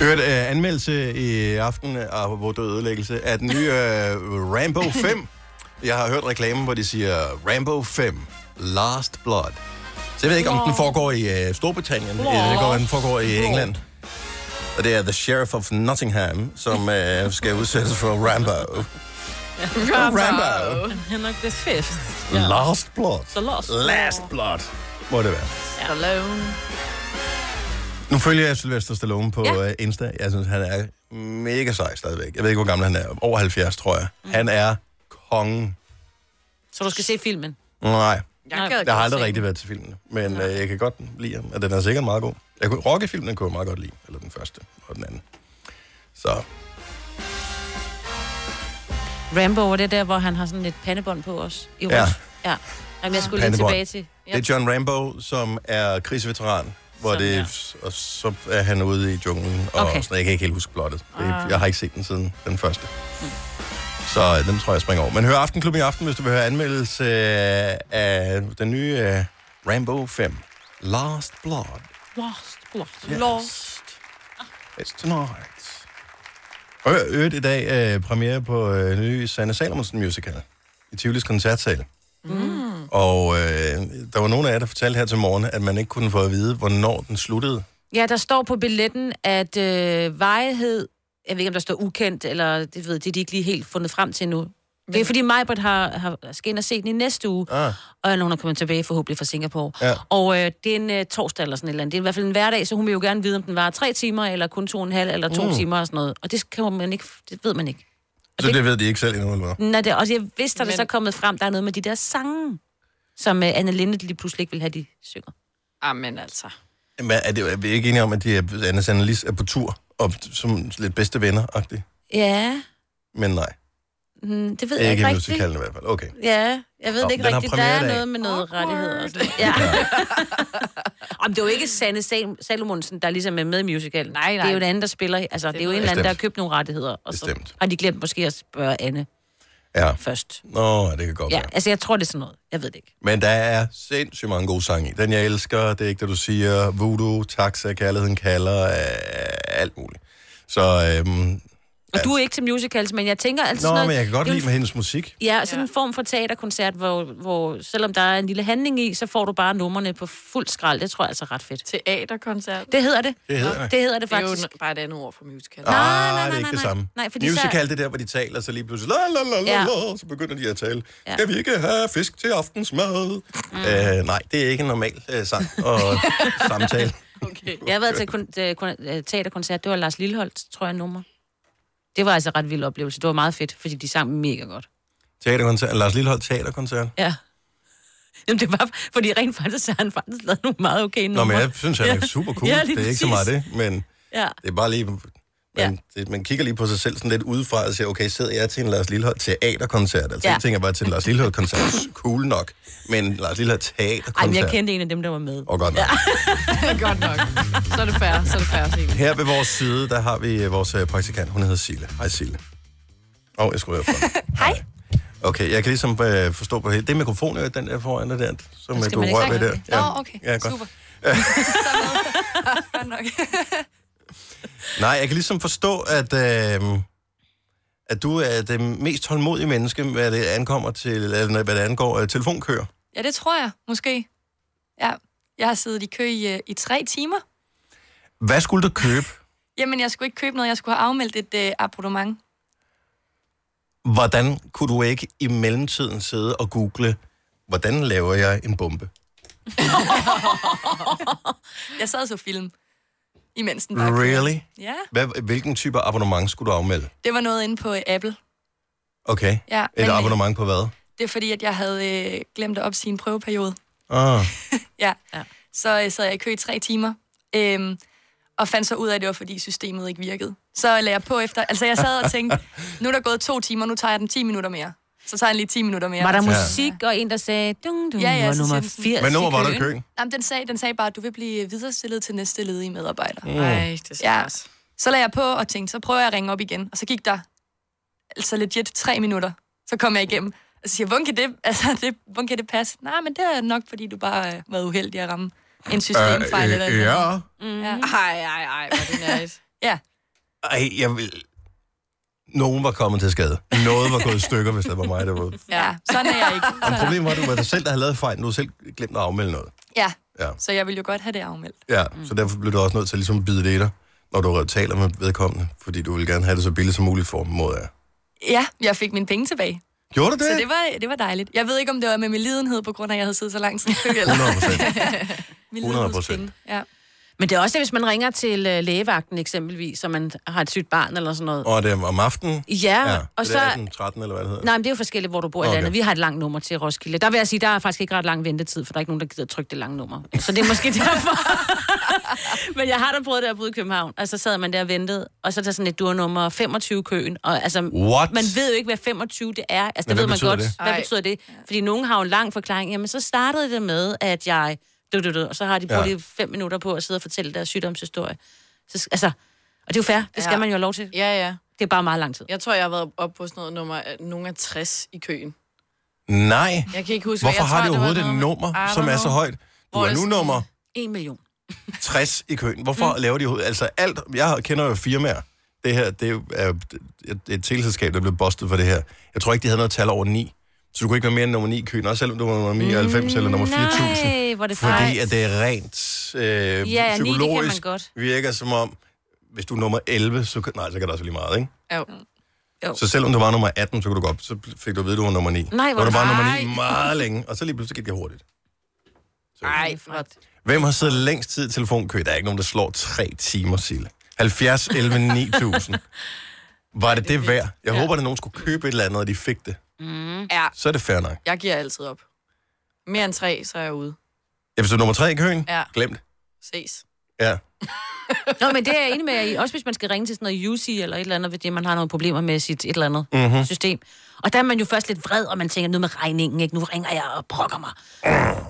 Øvrigt øh, anmeldelse i aften af hvor død ødelæggelse af den nye øh, Rambo <laughs> 5. Jeg har hørt reklamen, hvor de siger Rambo 5, Last Blood. Så jeg ved ikke, om den foregår i øh, Storbritannien,
Lord.
eller det går, den foregår i England. Og det er The Sheriff of Nottingham, som øh, skal udsættes for Rambo. <laughs> Rambo.
Henrik the Fifth.
Last Blood.
Så lost.
Last Blood, må det være.
Stallone.
Nu følger jeg Sylvester Stallone på
Ja.
ja. Insta. Jeg synes, han er mega sej stadigvæk. Jeg ved ikke, hvor gammel han er. Over 70, tror jeg. Mm. Han er kongen.
Så du skal se filmen.
Nej.
Jeg gad
der har
godt
aldrig
se
rigtig været til filmene. Men øh, jeg kan godt lide ham, og den er sikkert meget god. Jeg kunne, Rocky-filmen kunne jeg meget godt lide. Eller den første og den anden. Så
Rambo, var det der, hvor han har sådan et pandebånd på os? I
Ja.
ja. Ja. Jamen, jeg skulle lige
Pandebånd.
tilbage til.
det er John Rambo, som er krigsveteran. Hvor
Sådan
det, og så er han ude i junglen. Og
Okay.
okay. sådan, jeg kan ikke helt huske blottet. Det,
Ah. Mm.
jeg har ikke set den siden den første. Så øh, den tror jeg, jeg springer over. Men hør Aftenklub i aften, hvis du vil høre anmeldelse øh, af den nye øh, Rambo 5. Last Blood.
Lost, lost,
Yes. Ah.
lost.
It's tonight. Og hør, øvrigt i dag øh, premiere på øh, den nye Sanne Salomonsen musical i Tivolis Koncertsal.
Mm.
Og øh, der var nogen af jer, der fortalte her til morgen, at man ikke kunne få at vide, hvornår den sluttede.
Ja, der står på billetten, at øh, vejhed... Jeg ved ikke, om der står ukendt, eller det ved det er de ikke lige helt fundet frem til nu. Det er fordi Majbert har, har, skal ind og se den i næste uge,
ah.
og når hun er kommet tilbage forhåbentlig fra Singapore.
Ja.
Og øh, det er en øh, torsdag eller sådan et eller andet. Det er i hvert fald en hverdag, så hun vil jo gerne vide, om den var tre timer, eller kun to og en halv, eller to
Mm.
mm. timer og sådan noget. Og det, kan man ikke, det ved man ikke.
Så det ved de ikke selv endnu, eller hvad?
Nå, det, og jeg vidste, at det så er kommet frem, der er noget med de der sange, som øh, Anne Linde lige pludselig ikke vil have, de synger.
Amen altså.
Men er, det, er vi ikke enige om, at de er, Anna Sanne Lis er på tur, og som lidt bedste venner-agtigt?
Ja,
Men nej,
mm, det ved jeg
ikke
ikke
i
rigtigt.
musicalen i hvert fald. Okay.
Ja, jeg ved
Nå,
det ikke
den har
rigtigt. Der
premiere i
er
dag.
noget med noget rettigheder. Og sådan. noget. Ja. <laughs> Om det er jo ikke Sanne Sal- Salomonsen, der ligesom er med i musicalen. Nej, nej. Det er jo en anden, der spiller. Altså, det, er jo en eller anden, der har
Bestemt.
købt nogle rettigheder. Og så
Bestemt.
har de glemt måske at spørge Anne.
Ja.
Først.
Nå, det kan godt
Ja,
være.
altså jeg tror, det er sådan noget. Jeg ved det ikke.
Men der er sindssygt mange gode sange i. Den, jeg elsker, det er ikke det, du siger. Voodoo, Taxa, Kærligheden kalder, øh, alt muligt. Så øhm,
Og du er ikke til musicals, men jeg tænker altid Altså sådan
Nå,
noget...
men jeg kan godt
det er
lide med hendes musik.
Ja, sådan en form for teaterkoncert, hvor, hvor selvom der er en lille handling i, så får du bare numrene på fuld skrald. Det tror jeg altså er ret fedt.
Teaterkoncert?
Det hedder det.
Det hedder det.
det, hedder det faktisk.
Det er jo bare et andet ord for musical.
Nej, nej, nej, Ah, det er ikke det
nej.
samme.
Nej, fordi
Musical,
så-
det er der, hvor de taler, så lige pludselig, la, la, la, la,
Ja.
la, så begynder de at tale.
Ja. Mm.
Kan vi ikke have fisk til aftensmad? Øh, nej, det er ikke en normal øh, sang
<laughs>
og samtale.
Øh, Jeg har været til kun, til kun, øh, teaterkoncert, det var Lars Lilleholdt, tror jeg, nummer. Det var altså en ret vild oplevelse. Det var meget fedt, fordi de sang mega godt.
Teaterkoncert, Lars Lillehold teaterkoncert.
Ja. Jamen, det var, fordi rent faktisk så har han faktisk lavet nogle meget okay numre.
Nå, men jeg synes, han er super cool.
<laughs> Ja,
det
lige
er ikke så meget
præcis.
det, men
Ja.
det er bare lige... Man,
Ja.
det, man kigger lige på sig selv sådan lidt udefra og siger, okay, sidder jeg til en Lars Lillehold teaterkoncert? Altså,
Ja.
ja. jeg tænker bare til en Lars Lillehold koncert. Cool nok. Men Lars Lillehold teaterkoncert.
Ej, men jeg kendte en af dem, der var med.
Og godt nok.
Godt nok. Så er det færre, så er det færre, Signe.
Her ved vores side, der har vi øh, vores øh, praktikant. Hun hedder Sille. Hej, Sille. Åh, oh, jeg skulle høre
Hej.
Okay, jeg kan ligesom øh, forstå på hele... Det er mikrofonen, øh, den der foran dig der, som øh,
Skal
du
man ikke
rører ved
snakke
der.
om det? Nå, okay.
Ja, godt.
Super. <laughs>
Nej, jeg kan ligesom forstå, at, øh, at du er det mest tålmodige menneske, hvad det ankommer til, eller hvad det angår øh, telefonkøer.
Ja, det tror jeg, måske. Ja, jeg har siddet i kø i, øh, i tre timer.
Hvad skulle du købe?
Jamen, jeg skulle ikke købe noget, jeg skulle have afmeldt et øh, abonnement.
Hvordan kunne du ikke i mellemtiden sidde og google, hvordan laver jeg en bombe?
jeg sad og så film, imens den bare kørte.
Really?
Ja,
Hvad, hvilken type abonnement skulle du afmelde?
det var noget inde på øh, Apple.
Okay.
Ja,
Et
men-
abonnement på hvad?
Det er fordi, at jeg havde øh, glemt at opsige en prøveperiode.
Ah.
Ja. ja. Så øh, sad jeg i kø i tre timer, øhm, og fandt så ud af, at det var, fordi systemet ikke virkede. Så lagde jeg på efter. Altså, jeg sad og
<laughs>
tænkte, nu er der gået to timer, nu tager jeg den 10 minutter mere. Så tager jeg den lige 10 minutter mere.
Var der
Ja.
musik og en, der sagde, dung, dung,
Ja, ja,
var
så siger
nummer
den sådan-
80
Hvad nummer var der i køen?
Jamen, den sagde, den sagde bare, at du vil blive viderestillet til næste ledige medarbejder.
Mm. Ej,
det er ja. Så lagde jeg på og tænkte, så prøver jeg at ringe op igen. Og så gik der altså legit tre minutter. Så kom jeg igennem. Og så siger jeg, hvordan kan det, <laughs> altså, det, hvordan kan det passe? Nej, men det er nok, fordi du bare øh, var uheldig at ramme en systemfejl.
Øh,
eller
øh, ja.
Mm. ja. Ej, ej, ej, hvor er det nice. <laughs> ja,
Ej, jeg vil... Nogen var kommet til skade. Noget var gået i stykker, hvis det var mig, der var...
ja, sådan er jeg
<laughs>
ikke.
Men problemet var, at det var dig selv, der havde lavet fejl, du havde selv glemt at afmelde noget.
Ja,
Ja.
så jeg ville jo godt have det afmeldt.
Ja, mm. så derfor blev du også nødt til at ligesom at bide det i dig, når du taler med vedkommende, fordi du ville gerne have det så billigt som muligt for dem mod jer.
Ja, jeg fik mine penge tilbage.
Gjorde du det?
Så det var, det var dejligt. Jeg ved ikke, om det var med min lidenhed, på grund af, at jeg havde siddet så lang tid. i kø, eller-
100 procent.
<laughs> Ja.
Men det er også, hvis man ringer til øh, lægevagten eksempelvis, så man har et sygt barn eller sådan noget.
Og det er om aftenen?
Ja, og
det
så-
Er 18, 13, eller hvad det hedder.
Nej, men det er jo forskelligt, hvor du bor okay. i
Okay.
landet. Vi har et langt nummer til Roskilde. Der vil jeg sige, der er faktisk ikke ret lang ventetid, for der er ikke nogen, der gider trykke det lange nummer. Så det er
<laughs>
måske derfor. <laughs> men jeg har da prøvet det at bo i København, og så sad man der og ventede, og så er der sådan et durnummer 25-køen. Og altså,
What?
man ved jo ikke, hvad 25 det er. Altså,
Men
det
hvad
ved man
betyder
godt.
det?
Hvad
Ej.
betyder det? Fordi nogen har jo en lang forklaring. Jamen, så startede det med, at jeg... Du, du, du, og så har de brugt
Ja.
ja. fem minutter på at sidde og fortælle deres sygdomshistorie. Så, altså, og det er jo fair. Det skal
Ja.
ja. man jo have lov til.
Ja, ja.
Det er bare meget lang tid.
Jeg tror, jeg har været oppe på sådan noget nummer, nogen af 60 i køen.
Nej.
Jeg kan ikke huske,
Hvorfor
jeg
har
tror, det
de
var
overhovedet et
noget med-
nummer,
I
som
don't
er så
know.
højt? Du
Hvor
er
det
nu
sådan-
nummer
1 million.
60 i køen. Hvorfor
Mm.
laver de overhovedet? Altså alt, jeg kender jo firmaer. Det her, det er jo- er et, et teleselskab, der blev bustet for det her. Jeg tror ikke, de havde noget tal over 9. Så du kunne ikke være mere end nummer 9 i køen, også selvom du var nummer 99 eller nummer 4000.
Mm, Nej, hvor er det
Fordi
fejl.
at det er rent øh,
Ja, ja, ni, det kan man
psykologisk
godt.
virker som om, hvis du er nummer 11, så, kan- nej, så kan der også lige meget, ikke?
Jo. Jo.
Så selvom du var nummer 18, så kunne du godt, så fik du at vide, at du var nummer 9.
Nej, hvor
hvor du var
nej.
nummer 9 meget længe, og så lige pludselig gik det hurtigt.
Ej, flot.
Hvem har siddet længst tid i telefonkø? Der er ikke nogen, der slår 3 timer, Sille. 70, 11, <laughs> 9000. Var det det Ah. værd? Jeg håber, at nogen skulle købe et eller andet, og de fik det.
Mm. Ja,
Så er det fair nok.
jeg giver altid op. Mere end tre, så er jeg ude.
Ja, hvis du er nummer 3 i køen,
Ja.
glem det.
<laughs>
Ses.
Ja.
Nå, men det er jeg enig med jer i. Også hvis man skal ringe til sådan noget UC eller et eller andet, fordi man har nogle problemer med sit et eller andet
Mhm.
mm-hmm. system. Og der er man jo først lidt vred, og man tænker, noget med regningen, ikke? Nu ringer jeg og brokker mig.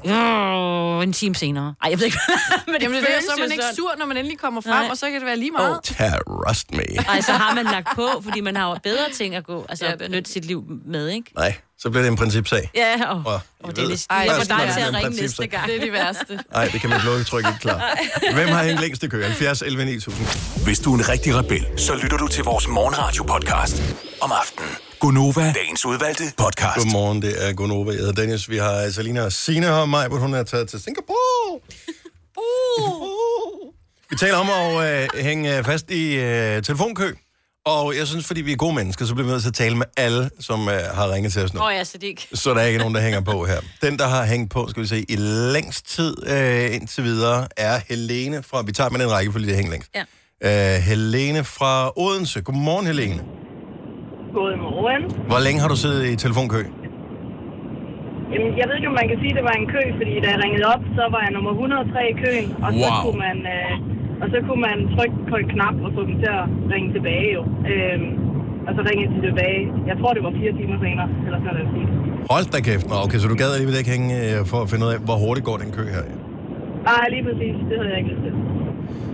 Mm, en time senere. Ej, jeg ved ikke, <laughs> men det,
Jamen, det er det,
føles
så er
jo
man ikke
sådan.
sur, når man endelig kommer frem,
Nej.
og så kan det være lige meget.
Terrorist me.
Ej, så har man lagt på, fordi man har jo bedre ting at gå, altså ja, benytte sit liv med, ikke?
Nej, Så bliver det en principsag.
Ja, og,
og,
og det er lidt Ej,
jeg
for
synes, man
dig
er
til at
en
ringe
principsag.
næste gang.
Det er det
<laughs>
værste.
Nej, det kan man blå trykke ikke klar. Hvem har hængt længst i kø? 70 11 9000.
Hvis du er en rigtig rebel, så lytter du til vores morgenradio-podcast om aftenen. Gunova, dagens udvalgte podcast.
Godmorgen, det er Gunova. Jeg hedder Dennis. Vi har Salina og Sina her. Maj, hun er taget til Singapore. Vi taler om at øh, hænge øh, fast i øh, telefonkø. Og jeg synes, fordi vi er gode mennesker, så bliver vi nødt til at tale med alle, som øh, har ringet til os nu.
Nå ja, så det ikke.
Så der er ikke nogen, der hænger på her. Den, der har hængt på, skal vi se, i længst tid øh, indtil videre, er Helene fra... Vi tager med den række, fordi det hænger længst.
Ja.
Øh, Helene fra Odense. Godmorgen, Helene.
Godmorgen.
Hvor længe har du siddet i telefonkø?
Jamen, jeg ved ikke, om man kan sige, at det var en kø, fordi da jeg ringede op, så var jeg nummer 103 i køen, og så
Wow.
kunne man, øh, og så kunne man trykke på en knap og få dem til at ringe tilbage jo. Øhm, og så ringede de tilbage. Jeg tror, det var fire timer senere, eller sådan noget.
Hold da kæft. Nå, okay, så du gad alligevel ikke hænge øh, for at finde ud af, hvor hurtigt går den kø her.
Nej, Ah, lige præcis. Det havde jeg ikke lyst til.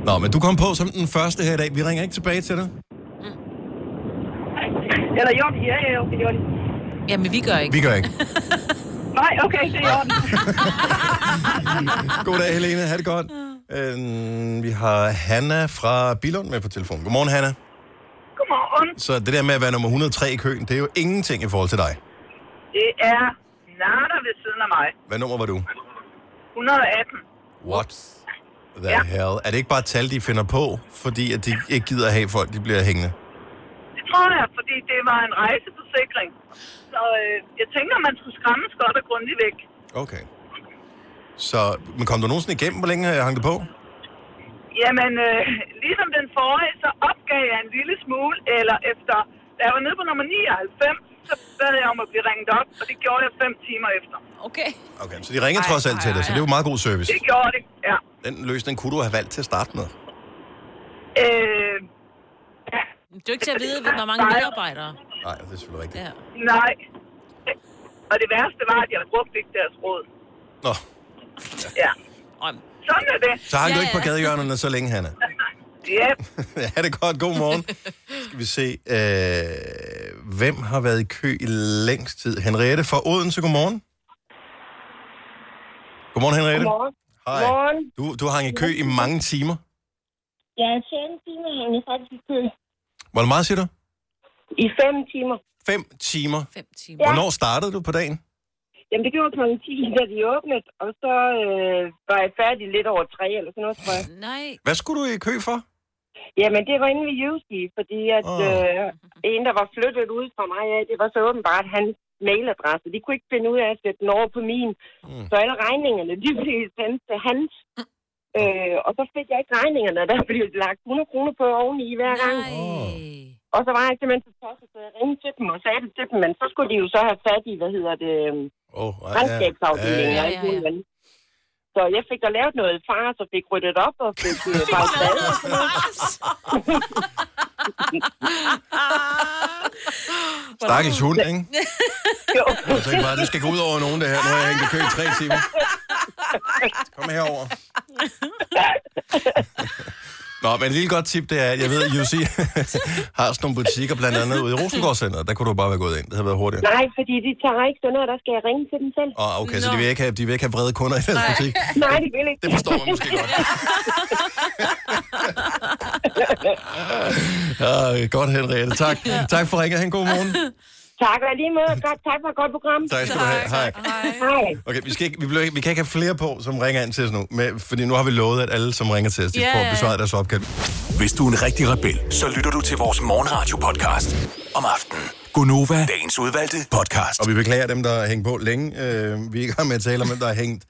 Nå, men du kom på som den første her i dag. Vi ringer ikke tilbage til dig.
Eller jo, ja, ja, jo, det gjorde de.
Jamen, vi gør ikke.
Vi gør
<laughs>
ikke.
Nej, okay, det er i
<laughs>
orden.
Goddag, Helene. Ha' det godt. Øh, vi har Hanna fra Bilund med på telefonen. Godmorgen, Hanna.
Godmorgen.
Så det der med at være nummer 103 i køen, det er jo ingenting i forhold til dig.
Det er Nada ved siden af mig.
Hvad nummer var du?
118.
What the ja. hell? Er det ikke bare et tal, de finder på, fordi at de ikke gider have folk, de bliver hængende?
Det tror jeg, fordi det var en rejseforsikring. Så øh, jeg tænker, man skulle skræmmes godt og grundigt væk.
Okay. Så, men kom du nogensinde igennem? Hvor længe øh, hang det på?
Jamen, øh, ligesom den forrige, så opgav jeg en lille smule, eller efter, da jeg var nede på nummer 99, så bad jeg om at blive ringet op, og det gjorde jeg fem timer efter.
Okay.
Okay, så de ringer trods alt til dig, så det er jo meget god service.
Det gjorde det, ja.
Den løsning kunne du have valgt til at starte med.
Øh,
Du er ikke til at vide, hvor mange medarbejdere.
Nej, det er selvfølgelig rigtigt.
Ja.
nej. Og det værste var, at jeg brugte ikke deres råd.
Nå,
Ja. Sådan er det.
så hang ja, du ikke på gadehjørnerne så længe, Hanna.
Ja,
ha' det godt. God morgen. Skal vi se, øh, hvem har været i kø i længst tid? Henriette fra Odense, godmorgen. Godmorgen, Henriette.
Godmorgen.
Hej.
Godmorgen.
Du, du hang i kø i mange timer.
Ja, fem timer hænger faktisk i kø.
Hvor meget siger du?
I fem timer.
5 timer.
Fem timer.
Hvornår startede du på dagen?
Jamen, det gjorde kl. 10, da de åbnede, og så øh, var jeg færdig lidt over tre eller sådan noget, tror jeg.
Nej.
Hvad skulle du i kø for?
Jamen, det var inde ved Jussi, fordi at
Åh.
øh, en, der var flyttet ud fra mig, ja, det var så åbenbart hans mailadresse. De kunne ikke finde ud af at sætte den over på min.
Mm.
Så alle regningerne, de blev sendt til hans. Øh, og så fik jeg ikke regningerne, og der blev lagt 100 kroner på oveni hver gang. Og så var jeg simpelthen så tosset, så jeg ringede til dem og sagde det til dem, men så skulle de jo så have fat i, hvad hedder det, øhm,
Oh,
regnskabsafdelingen og alt muligt andet. Så jeg fik da lavet noget far, så fik ryddet op og fik øh, bare
<laughs> Stakkels hund, ikke? Jeg tænkte bare, det skal gå ud over nogen, det her. Nu har jeg hængt i kø i tre timer. Kom herover. Nå, men et lille godt tip, det er, at jeg ved, at UC <laughs> har sådan nogle butikker, blandt andet ude i Rosengårdscenteret. Der kunne du bare være gået ind. Det havde været hurtigere.
Nej, fordi de tager ikke sådan noget, der skal jeg ringe til dem selv.
Og okay, så de vil, ikke have, de vil ikke have vrede kunder i deres butik.
<laughs> Nej, det vil ikke.
Det forstår man måske godt. Ah, godt, Henriette. Tak. Tak for ringet. Ha' en god morgen.
<laughs> tak, og i lige måde. Godt, tak for et godt program.
Tak skal du have. Hej.
Hej.
Okay, vi, skal ikke, vi, bliver, ikke- vi kan ikke have flere på, som ringer ind til os nu. Med, fordi nu har vi lovet, at alle, som ringer til os, de
Ja, ja,
får
ja.
besvaret deres opkald.
Hvis du er en rigtig rebel, så lytter du til vores morgenradio-podcast om aftenen. Gunova, dagens udvalgte podcast.
Og vi beklager dem, der har hængt på længe. Øh, vi er i gang med at tale om, hvem der har hængt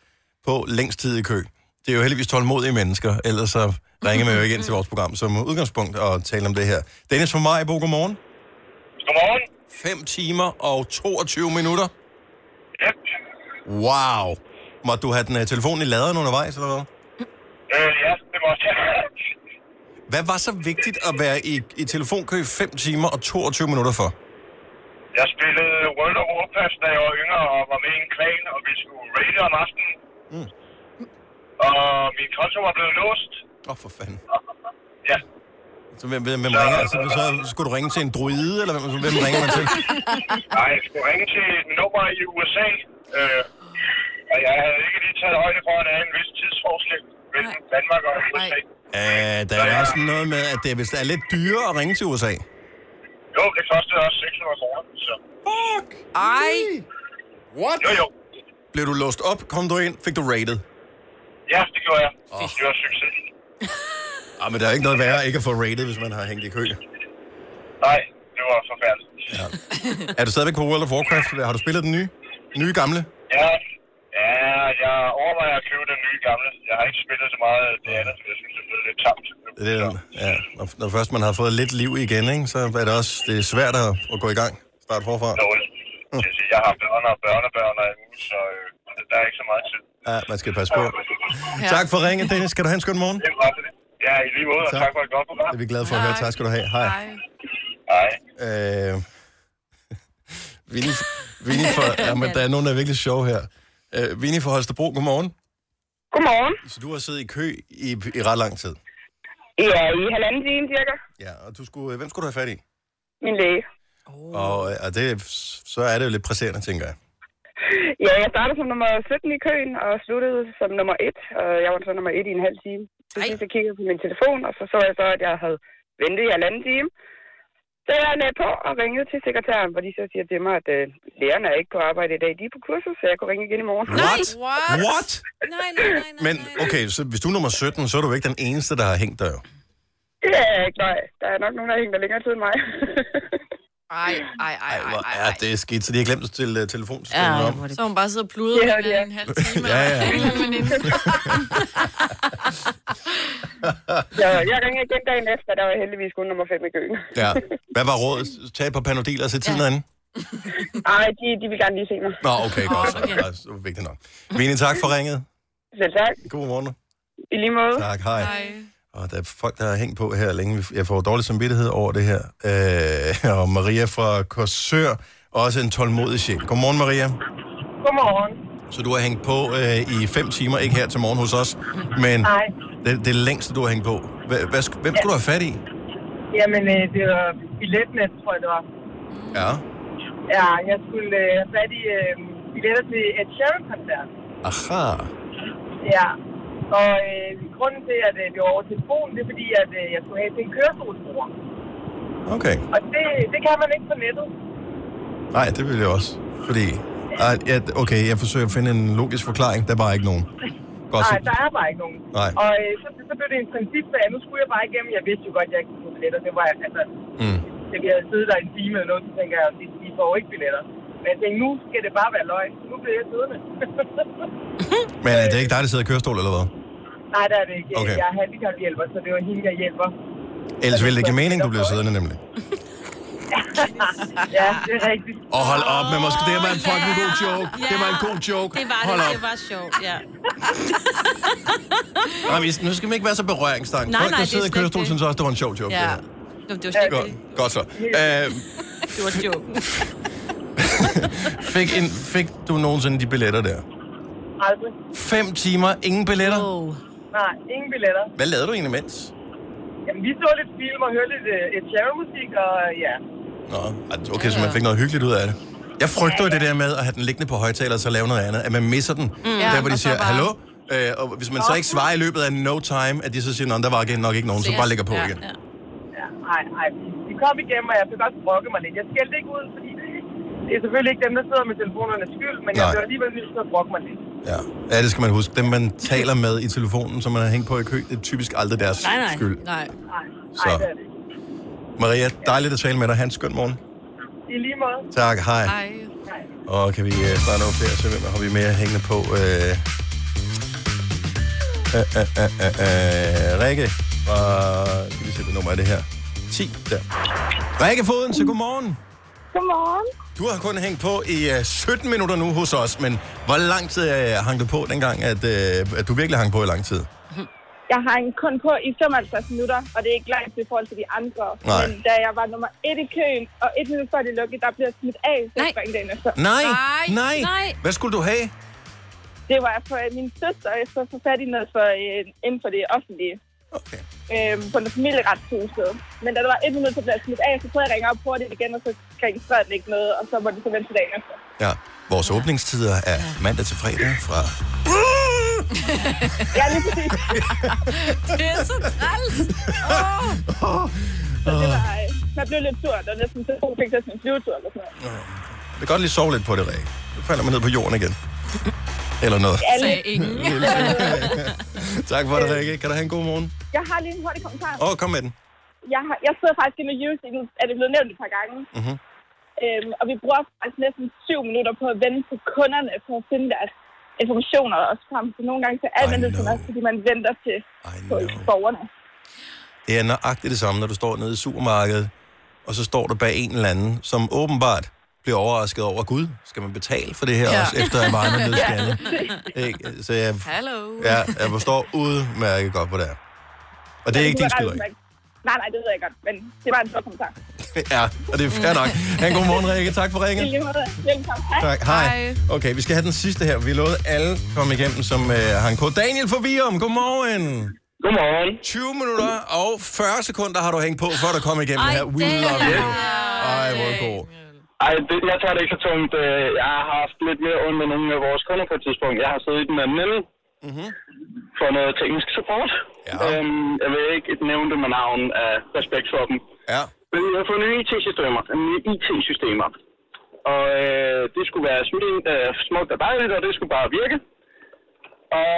på længst tid i kø. Det er jo heldigvis tålmodige mennesker, ellers så ringer man jo ikke ind til vores program som udgangspunkt og taler om det her. Dennis fra Majbo, godmorgen.
Godmorgen.
5 timer og 22 minutter. Ja. Wow. Måtte du have den øh, telefon i laderen undervejs, eller hvad?
Øh, ja, det måtte jeg.
Hvad var så vigtigt at være i, i telefonkø 5 timer og 22 minutter for?
Jeg spillede World of Warcraft, da jeg var yngre, og var med i en klan, og vi skulle raide om aftenen.
Mm.
Og min konto var blevet låst.
Åh, oh, for fanden.
Ja.
Så hvem, hvem, hvem ringer? Så, så skulle du ringe til en druide, eller hvem, hvem ringer man til?
Nej, jeg skulle ringe til et nummer i USA, øh, og jeg havde ikke lige taget højde for, at der er en vis tidsforskel mellem Danmark og USA.
Uh, der er også noget med, at det, hvis det er lidt dyrere at ringe til USA.
Jo, det kostede også 600 kroner, så...
Fuck!
Ej!
What? Jo, jo. Blev du låst op, kom du ind, fik du rated.
Ja, det gjorde jeg. Det var succes.
Ah, men der er ikke noget værre ikke at få rated, hvis man har hængt i kø.
Nej, det var forfærdeligt.
Ja. Er du stadigvæk på World of Warcraft? Har du spillet den nye? Nye gamle?
Ja, ja, jeg overvejer at købe den nye gamle. Jeg har ikke spillet så meget af det andet, for jeg synes, det blev lidt tamt.
Det er, ja. når, når først man har fået lidt liv igen, ikke, så er det også det er svært at, at gå i gang. Start forfra. Mm.
Jo, jeg, jeg, siger, jeg har børn og børnebørn og alt muligt, så øh, der er ikke så meget tid.
Ja, man skal passe på. Ja. Tak for ringen, Dennis. Skal du have en skøn morgen?
Det er godt, det. Ja, i lige måde, og
Tak.
tak for et godt program.
Det er vi glade for at høre. Tak skal du have. Hej.
Hej.
Øh, <laughs> Vinnie, Vinnie for, <laughs> ja, men der er nogen, der er virkelig sjov her. Øh, Vinnie fra Holstebro, godmorgen.
Godmorgen.
Så du har siddet i kø i, i ret lang tid.
Ja, i halvanden time cirka.
Ja, og du skulle, hvem skulle du have fat i?
Min læge.
Og, øh, og det, så er det jo lidt presserende, tænker jeg.
Ja, jeg startede som nummer 17 i køen og sluttede som nummer 1, og jeg var så nummer 1 i en halv time. Så synes jeg kiggede på min telefon, og så så jeg så, at jeg havde ventet i halvanden time. Så jeg lagde på og ringede til sekretæren, hvor de så siger til mig, at øh, lærerne er ikke på arbejde i dag. De er på kursus, så jeg kunne ringe igen i morgen.
What?
What?
What?
Nej, nej, nej.
Men okay, så hvis du er nummer 17, så er du jo ikke den eneste, der har hængt der jo.
Det er jeg ikke, nej. Der er nok nogen, der hænger der længere tid end mig.
<laughs> Ej, ej, ej, ej.
Hvor er det skidt, så de har glemt at stille uh, telefonsystemet
Ja,
om.
Så hun bare sidder og pluder yeah, yeah. en halv
<laughs>
time.
Ja, ja.
eller en
<laughs>
veninde.
Så jeg ringede igen dagen efter, der var jeg heldigvis kun nummer 5 i køen.
Ja. Hvad var rådet? Tag et par panodiler og sæt tiden ja. anden.
Ej, de, de vil gerne lige se mig.
Nå, okay, godt. Så, okay. så er det vigtigt nok. Vinnie, tak for ringet.
Selv tak.
God morgen.
I lige måde.
Tak, hej. Og der er folk, der har hængt på her længe. Jeg får dårlig samvittighed over det her. Øh, og Maria fra Korsør, også en tålmodig sjæl. Godmorgen, Maria.
Godmorgen.
Så du har hængt på øh, i fem timer, ikke her til morgen hos os, men
Nej.
det, det er længste, du har hængt på. Hva- hvad sk- Hvem skulle du have fat i?
Jamen, øh, det var billetnet, tror jeg, det var.
Ja.
Ja, jeg skulle øh, have fat i øh, billetter til et Sheeran-koncert.
Aha.
Ja. Og øh, grunden til, at øh, det var over telefonen, det er fordi, at øh, jeg skulle have til en kørestolsbruger.
Okay.
Og det, det kan man ikke på nettet.
Nej, det ville jeg også. Fordi... Ej, ja, okay, jeg forsøger at finde en logisk forklaring. Der var ikke nogen. Godt, så-
Nej, der er bare ikke nogen.
Nej.
Og øh, så, så blev det en principsag, nu skulle jeg bare igennem. Jeg vidste jo godt, at jeg ikke kunne få billetter. Det var altså...
Mm.
Da vi havde siddet der en time eller noget, så tænker jeg, at de, de får jo ikke billetter. Men jeg tænkte, nu skal det bare være løgn. Nu bliver jeg siddende. <laughs>
Men er det ikke dig, der sidder i kørestol, eller hvad?
Nej, der er det ikke.
Okay.
Okay. Jeg er handicaphjælper, så det er jo hende, jeg hjælper. <laughs>
Ellers ville det ikke give mening, du blev siddende, nemlig.
ja, det er rigtigt.
Og hold op, men måske det var en fucking god joke. Det var en god joke.
Det var
hold
det,
op.
det var sjovt, ja.
Nej, men nu skal vi ikke være så berøringsstang.
Nej,
Folk,
nej,
der
det er
sidder i
slet ikke
kørestol,
det.
synes også, det var en sjov joke.
ja.
det
Nå, det var
her.
slet ikke
Godt,
det.
godt så. Øh,
Det var joken.
fik, en, fik du nogensinde de billetter der?
Aldrig.
Fem timer, ingen billetter? Oh.
Nej, ingen billetter.
Hvad lavede du egentlig imens?
Jamen, vi så lidt film og hørte lidt øh, et Sheeran-musik, og øh, ja.
Nå, ej, okay, så man fik noget hyggeligt ud af det. Jeg frygter jo det der med at have den liggende på højtaler og så lave noget andet. At man misser den. Mm. Der,
Ja,
hvor de
og så
siger,
bare-
hallo? Øh, og hvis man så ikke svarer i løbet af no time, at de så siger, "Nå, der var igen nok ikke nogen, så bare lægger på igen.
Ja, ja. Ej, ej, vi- vi kom igennem, og jeg fik også brokke mig lidt. Jeg skældte ikke ud, fordi det er selvfølgelig ikke dem, der sidder med telefonernes skyld, men jeg
Nej.
blev alligevel nødt til at brokke mig lidt.
Ja. ja, det skal man huske. Dem, man taler med i telefonen, som man har hængt på i kø, det er typisk aldrig deres skyld.
Nej, nej.
Så.
Så. Ej, det er det. ikke.
Maria, dejligt at tale med dig. Hans, skøn morgen.
I lige måde.
Tak, hej.
Hej.
Og kan vi uh, starte noget flere, så hvem har vi mere hængende på? Uh... Uh, uh, uh, uh, uh, Rikke fra... Skal vi se, hvad nummer er det her? 10, der. Rikke Foden, så godmorgen.
Godmorgen.
Du har kun hængt på i uh, 17 minutter nu hos os, men hvor lang tid uh, hang du på dengang, at, uh, at du virkelig hang på i lang tid?
Jeg har en kun på i 55 minutter, og det er ikke langt i forhold til de andre.
Nej.
Men da jeg var nummer et i køen, og et minut før det lukkede, der blev jeg smidt af, så jeg sprang dagen efter.
<laughs> Nej, nej, Hvad skulle du have?
Det var øh, for min søster, jeg skulle få fat i noget for, øh, inden for det offentlige. Øhm, på en familieretshusted. Men da der var et minut, så blev jeg smidt af, så prøvede jeg at ringe op hurtigt igen, og så registrerede den ikke noget, og så var det så vente til dagen <laughs> efter.
Ja. Vores åbningstider er mandag til fredag fra...
ja, lige præcis. det er så træls. Oh. Så det var, øh, man blev lidt sur, der var næsten til fik til sin flyvetur eller sådan noget.
Det kan godt lige sove lidt på det, Ræk. Nu falder man ned på jorden igen. Eller noget.
Ja, Sagde ingen.
Tak for det, Rikke. Kan du have en god morgen?
<laughs> jeg har lige en hurtig kommentar.
Åh, oh, kom med den.
Jeg, har, jeg sidder faktisk inde i News, er det blevet nævnt et par gange.
Mhm.
Øhm, og vi bruger faktisk næsten syv minutter på at vente på kunderne, på at finde deres informationer og frem. Så nogle gange så er det sådan også, fordi man venter til på borgerne.
Det er nøjagtigt det samme, når du står nede i supermarkedet, og så står du bag en eller anden, som åbenbart bliver overrasket over, Gud, skal man betale for det her ja. også, efter at varen er
<laughs>
blevet scannet? Ikke? Så jeg,
Hallo.
ja, jeg forstår udmærket godt på det her. Og det er ikke din skyld, Rikke.
Nej, nej, det ved jeg godt, men det var en stor kommentar.
<laughs> Ja, og det er fair nok. Ha' en god morgen, Rikke. Tak for
I
ringen.
lige måde. Velkommen.
Tak. Hej. Okay, vi skal have den sidste her. Vi lovede alle komme igennem, som øh, han kode. Daniel fra Virum, godmorgen.
Godmorgen.
20 minutter og 40 sekunder har du hængt på, før du kom igennem
Ej,
her. We
Daniel.
love you. Ej, hvor god.
Ej, det, jeg tager det ikke så tungt. Øh, Jeg har haft lidt mere ondt med nogle af vores kunder på et tidspunkt. Jeg har siddet i den anden ende
Mm-hmm.
for noget teknisk support. Ja. Øhm, jeg vil ikke nævne dem med navn af respekt for dem.
Ja.
Men jeg har fået nye IT-systemer. Nye IT-systemer. Og øh, det skulle være smidt, øh, smukt og dejligt, og det skulle bare virke. Og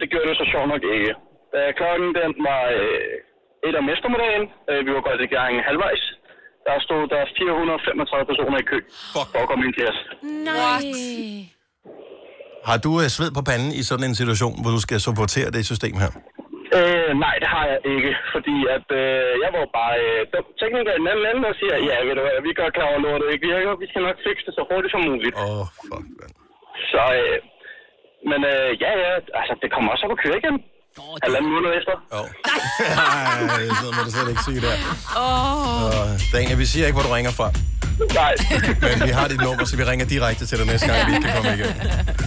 det gjorde det så sjovt nok ikke. Da klokken den var øh, et om eftermiddagen, øh, vi var godt i gang halvvejs, der stod der 435 personer i kø Fuck. for at komme ind til os.
What?
Har du øh, sved på panden i sådan en situation, hvor du skal supportere det system her?
Øh, nej, det har jeg ikke, fordi at, øh, jeg var bare øh, dum tekniker i den anden ende, der siger, ja, ved du hvad, vi er godt klar over, at lortet ikke virker, vi skal nok fikse det så hurtigt som muligt.
Åh, oh, fuck,
man. Så, øh, men øh, ja, ja, altså, det kommer også op at køre igen. Oh, Halvanden måned efter.
<laughs> Oh. Nej, så må du slet ikke sige det.
Åh.
Og Daniel, vi siger ikke, hvor du ringer fra.
Nej.
Men vi har dit nummer, så vi ringer direkte til dig næste gang, vi ikke kan komme igennem.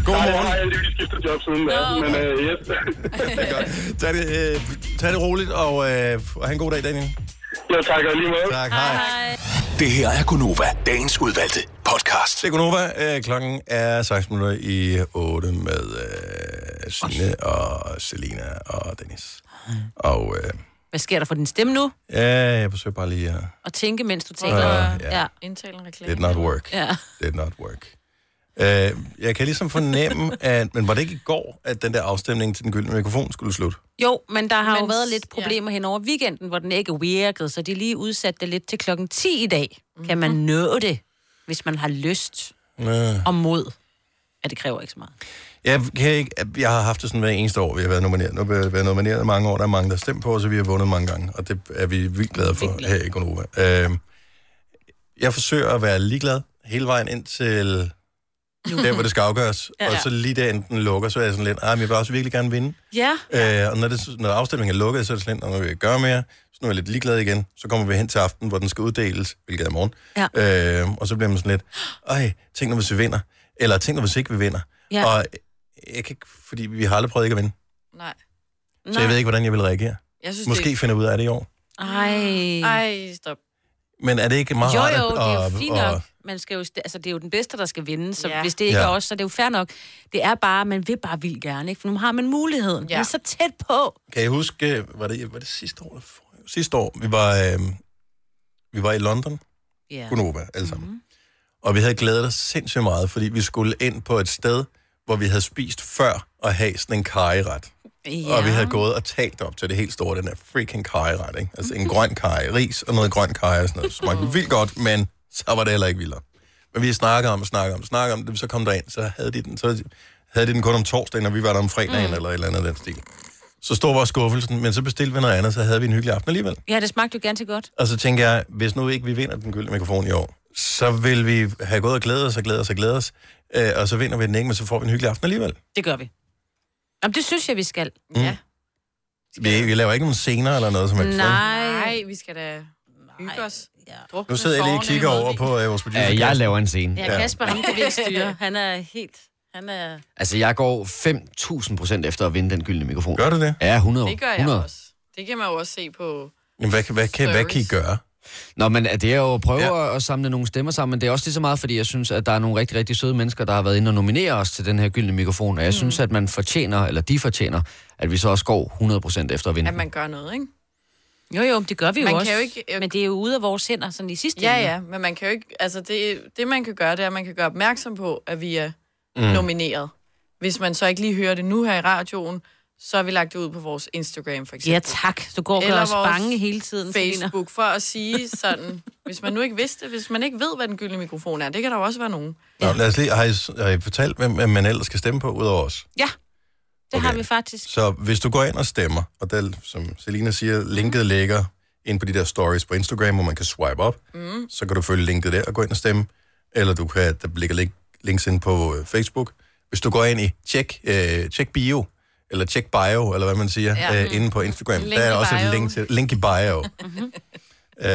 God morgen.
Nej, jeg har alligevel skiftet job siden da, men øh, yes.
Tag det, øh, tag det roligt, og, øh, og have en god dag, Daniel.
Jo, tak, og lige måde.
Tak, hej.
Det her er Gunova, dagens udvalgte podcast.
Det er Gunova. Øh, klokken er 16 minutter i 8 med øh, Signe og Selina og Dennis. Og øh,
Hvad sker der for din stemme nu?
ja, jeg forsøger bare lige at... Uh,
Og tænke, mens du taler.
Øh, ja.
Indtale en reklame.
did not work.
Ja.
Did not work. Øh, jeg kan ligesom fornemme, at... Men var det ikke i går, at den der afstemning til den gyldne mikrofon skulle slutte?
Jo, men der har jo været lidt problemer hen over weekenden, hvor den ikke virkede, så de lige udsatte det lidt til klokken 10 i dag. Mm-hmm. Kan man nå det, hvis man har lyst
Øh.
og mod? Ja, det kræver ikke så meget.
Jeg, kan ikke, jeg har haft det sådan hver eneste år, vi har været nomineret. Nu har vi været nomineret i mange år, der er mange, der har stemt på os, og vi har vundet mange gange. Og det er vi vildt glade for her i Gonova. Øhm, jeg forsøger at være ligeglad hele vejen ind til der, hvor det skal afgøres.
Ja,
ja,
ja.
ja. Og så lige der, inden den lukker, så er jeg sådan lidt, ah, men jeg vil også virkelig gerne vinde.
Ja.
Øh, og når, det, når afstemningen er lukket, så er det sådan, at vi ikke gøre mere. Så nu er jeg lidt ligeglad igen. Så kommer vi hen til aften, hvor den skal uddeles, hvilket er i morgen. Ja. Øh, og så bliver man sådan lidt, ej, tænk nu, hvis vi vinder. Eller tænk nu, hvis ikke vi vinder.
Ja.
Og jeg kan ikke, fordi vi har aldrig prøvet ikke at vinde.
Nej.
Nej. Så jeg ved ikke, hvordan jeg vil reagere.
Jeg synes,
Måske
det-
finder jeg ud af det i år.
Ej.
Ej, stop.
Men er det ikke meget
jo,
rart
jo, det er
at-
jo fint
at-
nok. Man skal jo, st- altså, det er jo den bedste, der skal vinde, så ja. hvis det ikke
Ja.
er os, så er det jo fair nok. Det er bare, man vil bare vildt gerne, ikke? for nu har man muligheden. Ja. Man er så tæt på.
Kan I huske, øh, var det, var det sidste år? Eller for? Sidste år, vi var, øh, vi var i London,
Ja.
Gunova, alle sammen. Mm-hmm. Og vi havde glædet os sindssygt meget, fordi vi skulle ind på et sted, hvor vi havde spist før at have sådan en kajeret. Ja. Og vi havde gået og talt op til det helt store, den her freaking kajeret, ikke? Altså en grøn kaj, ris og noget grøn kaj og sådan noget. Det Smagte vildt godt, men så var det heller ikke vildere. Men vi snakkede om, snakkede om, snakkede om, da vi så kom derind, så havde de den, så havde de den kun om torsdagen, og vi var der om fredagen, mm. eller et eller andet af den stil. Så stod vores skuffelsen, men så bestilte vi noget andet, så havde vi en hyggelig aften alligevel.
Ja, det smagte jo ganske godt.
Og så tænker jeg, hvis nu ikke vi vinder den gyldne mikrofon i år, så vil vi have gået og glædet os og glædet os og glædet os, øh, og så vinder vi den ikke, men så får vi en hyggelig aften alligevel.
Det gør vi. Jamen, det synes jeg, vi skal.
Mm. Ja. Vi, vi laver ikke nogen scener eller noget som helst. vel?
Nej.
Nej, vi skal da hygge os. Ja.
Nu sidder jeg lige og kigger over på øh, vores producer.
Ja, jeg
Kasper.
laver en scene.
Ja, Kasper, ham kan vi ikke styre. <laughs> Han er helt... Han er...
Altså, jeg går 5.000 procent efter at vinde den gyldne mikrofon. Gør
du det?
Ja, 100.
Det gør jeg
100.
også. Det kan man jo også se på...
Jamen, hvad, hvad, kan, hvad kan I gøre?
Nå, men det er jo at prøve ja. at samle nogle stemmer sammen, men det er også lige så meget, fordi jeg synes, at der er nogle rigtig, rigtig søde mennesker, der har været inde og nominere os til den her gyldne mikrofon, og jeg mm. synes, at man fortjener, eller de fortjener, at vi så også går 100% efter at vinde.
At man gør noget, ikke?
Jo, jo, men det gør vi jo
Man
også.
kan jo ikke- øh,
Men det er jo ude af vores hænder, sådan i sidste
Ja,
ende.
ja, men man kan jo ikke... Altså, det, det man kan gøre, det er, at man kan gøre opmærksom på, at vi er
Mm.
mm. nomineret. Hvis man så ikke lige hører det nu her i radioen, så har vi lagt det ud på vores Instagram, for eksempel.
Ja, tak. Du går og gør
Eller
os
vores
bange hele tiden, Selina.
Facebook, for at sige sådan... hvis man nu ikke vidste, hvis man ikke ved, hvad den gyldne mikrofon er, det kan der jo også være nogen.
Nå, øh, lad os lige, har I, har I fortalt, hvem man ellers skal stemme på, udover os?
Ja,
det okay. har vi faktisk.
Så hvis du går ind og stemmer, og der, som Selina siger, linket ligger ind på de der stories på Instagram, hvor man kan swipe op,
Mm.
så kan du følge linket der og gå ind og stemme. Eller du kan, der ligger link, links ind på øh, Facebook. Hvis du går ind i check, øh, check bio, eller check bio, eller hvad man siger,
Ja.
ja. øh, inde på Instagram,
Link
der er
i
også
bio. Mhm.
et link, til, link i
<laughs>
bio. øh,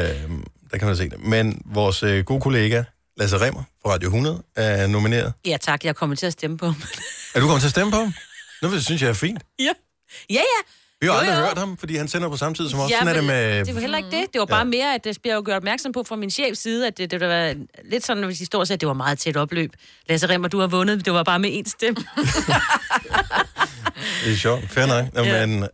der kan man se det. Men vores øh, gode kollega, Lasse Remmer fra Radio 100, er nomineret.
Ja, tak. Jeg kommer til at stemme på ham.
Er du kommet til at stemme på ham? Nu det synes jeg er fint.
<laughs> ja. Ja, ja.
Vi har
Jo,
jo, aldrig
jo.
hørt ham, fordi han sender på samme tid som os.
Ja,
Sådan er det
men
med... Mm-hmm.
det var heller ikke det. Det var bare mere, at det bliver jo gjort opmærksom på fra min chefs side, at det, det, det var lidt sådan, hvis de står og siger, at det var meget tæt opløb. Lasse Remmer, du har vundet, det var bare med én stemme.
Det er sjovt. Fair nok. Nå,
Ja. Mm.
men,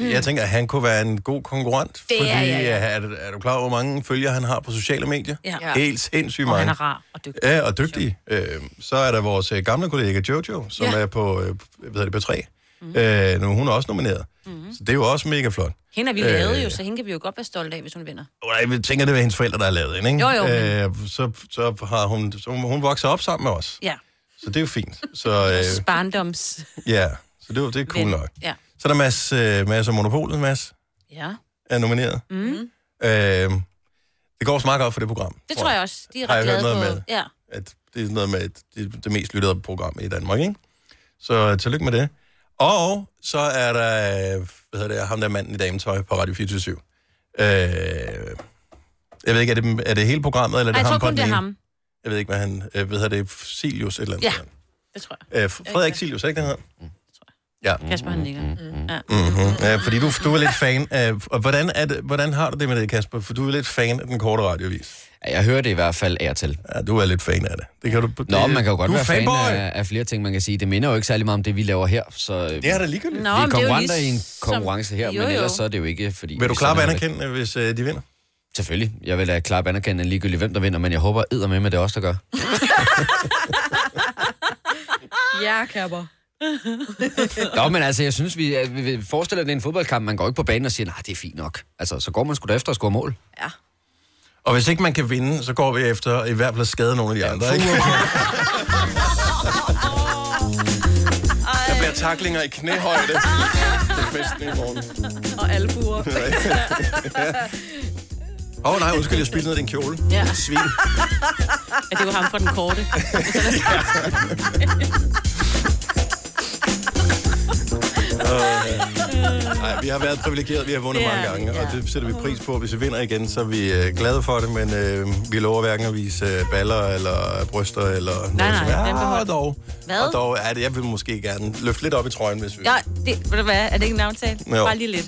øh, jeg tænker, at han kunne være en god konkurrent.
Det er
fordi, øh,
jeg, ja.
Er, du- er du klar over, hvor mange følgere han har på sociale medier?
Ja.
Helt sindssygt
Og
mange.
han er rar og dygtig.
Ja, og dygtig. Øh, så er der vores øh, gamle kollega Jojo, som
Ja.
er på, øh, hvad hedder det, på 3. Mm. Øh, nu, hun er også nomineret. Mm. Så det er jo også mega flot.
Hende er vi lavet jo, så hende kan vi jo godt være stolte af, hvis hun vinder.
Øh, jeg tænker, det er hendes forældre, der har lavet hende, ikke?
Jo, jo,
Øh, så, så har hun, så hun, hun vokser op sammen med os.
Ja.
Så det er jo fint.
<laughs>
Så, øh,
Barndoms...
ja, så det, er jo- det er cool
ven.
nok.
Ja.
Så er der Mads, øh, Mads og Monopolet, Mads,
ja.
er nomineret.
Mm.
Øh, det går også meget godt for det program.
Det tror jeg også. De er
Har jeg
ret
hørt
glade
noget
på.
med?
Ja.
At det er sådan noget med at det, er det mest lyttede program i Danmark, ikke? Så øh, tillykke med det. Og så er der, øh, hvad hedder det, ham der manden i dametøj på Radio 24 øh, Jeg ved ikke, er det, er det hele programmet, eller er det
Ej, jeg
ham
tror
på
kun,
den
det er
ene?
ham.
Jeg ved ikke, hvad han, øh, hvad hedder det, Silius et eller andet.
Ja, Mm, det tror jeg.
Øh, Frederik Silius, er ikke den hedder? Ja.
Kasper, han nikker. Mm. Ja.
Mm-hmm. Ja, fordi du, du er lidt fan af... Og hvordan, er det, hvordan har du det med det, Kasper? For du er lidt fan af den korte radiovis.
Ja, jeg hører det i hvert fald af og til.
Ja, du er lidt fan af det. det kan du, det,
Nå, man kan jo godt
du er
være fan
fanboy.
af, af flere ting, man kan sige. Det minder jo ikke særlig meget om det, vi laver her. Så
Det er da ligegyldigt.
Nå,
Nå,
vi er
men det er jo
konkurrenter i en
ligesom-
konkurrence her,
Jo,
men
jo.
ellers så er det jo ikke, fordi...
Vil du
vi
klappe
sender det.
anerkendende, hvis øh, de vinder?
Selvfølgelig. Jeg vil da klappe anerkendende ligegyldigt, hvem der vinder, men jeg håber edder med, at det er os, der gør.
Ja, kapper.
Nå, men altså, jeg synes, vi, at vi- vi forestiller, at det er en fodboldkamp. Man går ikke på banen og siger, nej, det er fint nok. Altså, så går man sgu da efter og score mål.
Og hvis ikke man kan vinde, så går vi efter i hvert fald at skade nogle af de andre, ikke? Der bliver taklinger i
<laughs>
knæhøjde. Det er festen i morgen.
Mm.
Og albuer.
Åh oh, nej, undskyld, jeg spiste ned i din kjole.
Ja.
Svin.
<laughs> ja, det var ham fra den
<laughs>
korte.
Nej, vi har været privilegeret, vi har vundet
Ja,
yeah, mange gange, og det sætter vi pris på. Hvis vi vinder igen, så er vi øh, glade for det, men øh, vi lover hverken at vise øh, baller eller bryster eller noget.
Nej,
som-
nej, den
ja,
beholder-
dog.
Hvad?
Og dog er det, jeg vil måske gerne løfte lidt op i trøjen, hvis vi...
Ja, det, ved du hvad, er det ikke en aftale?
Jo.
Bare lige lidt.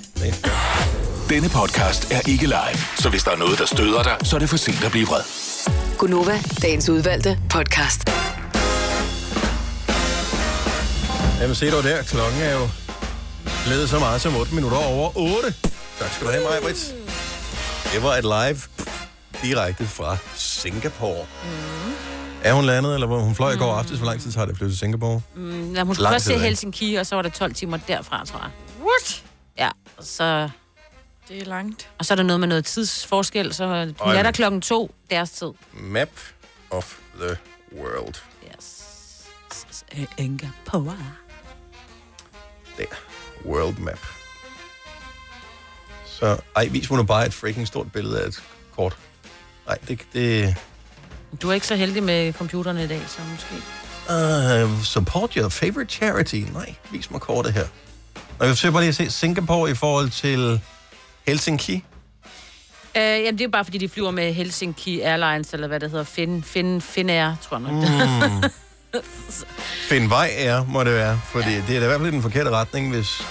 Denne podcast er ikke live, så hvis der er noget, der støder dig, så er det for sent at blive vred.
Gunova, dagens udvalgte podcast.
Jamen se dig der, klokken er jo blevet så meget som 8 minutter over 8. Tak skal du have, Maja Brits. Det var et live direkte fra Singapore.
Mm.
Er hun landet, eller hvor hun fløj i går aftes? Hvor lang tid tager det at flyve til Singapore?
Mm, lad mig
Lang
først
tid,
se
ikke?
Helsinki, og så var det 12 timer derfra, tror jeg.
What?
Ja, og så...
Det er langt.
Og så er der noget med noget tidsforskel, så hun
Øj.
er der klokken to deres tid.
Map of the world.
Yes. øh, Inga Power.
Der. World map. Så, ej, vis mig nu bare et freaking stort billede af et kort. Nej, det... det
Du er ikke så heldig med computerne i dag, så måske...
uh, support your favorite charity. Nej, vis mig kortet her. Og jeg forsøger bare lige at se Singapore i forhold til Helsinki.
Øh, jamen, det er jo bare, fordi de flyver med Helsinki Airlines, eller hvad det hedder, Finn, Finn, Finnair, tror jeg nok.
Mm. Find vej er, må det være. Fordi ja. det er da i hvert fald i den forkerte retning, hvis...
<laughs>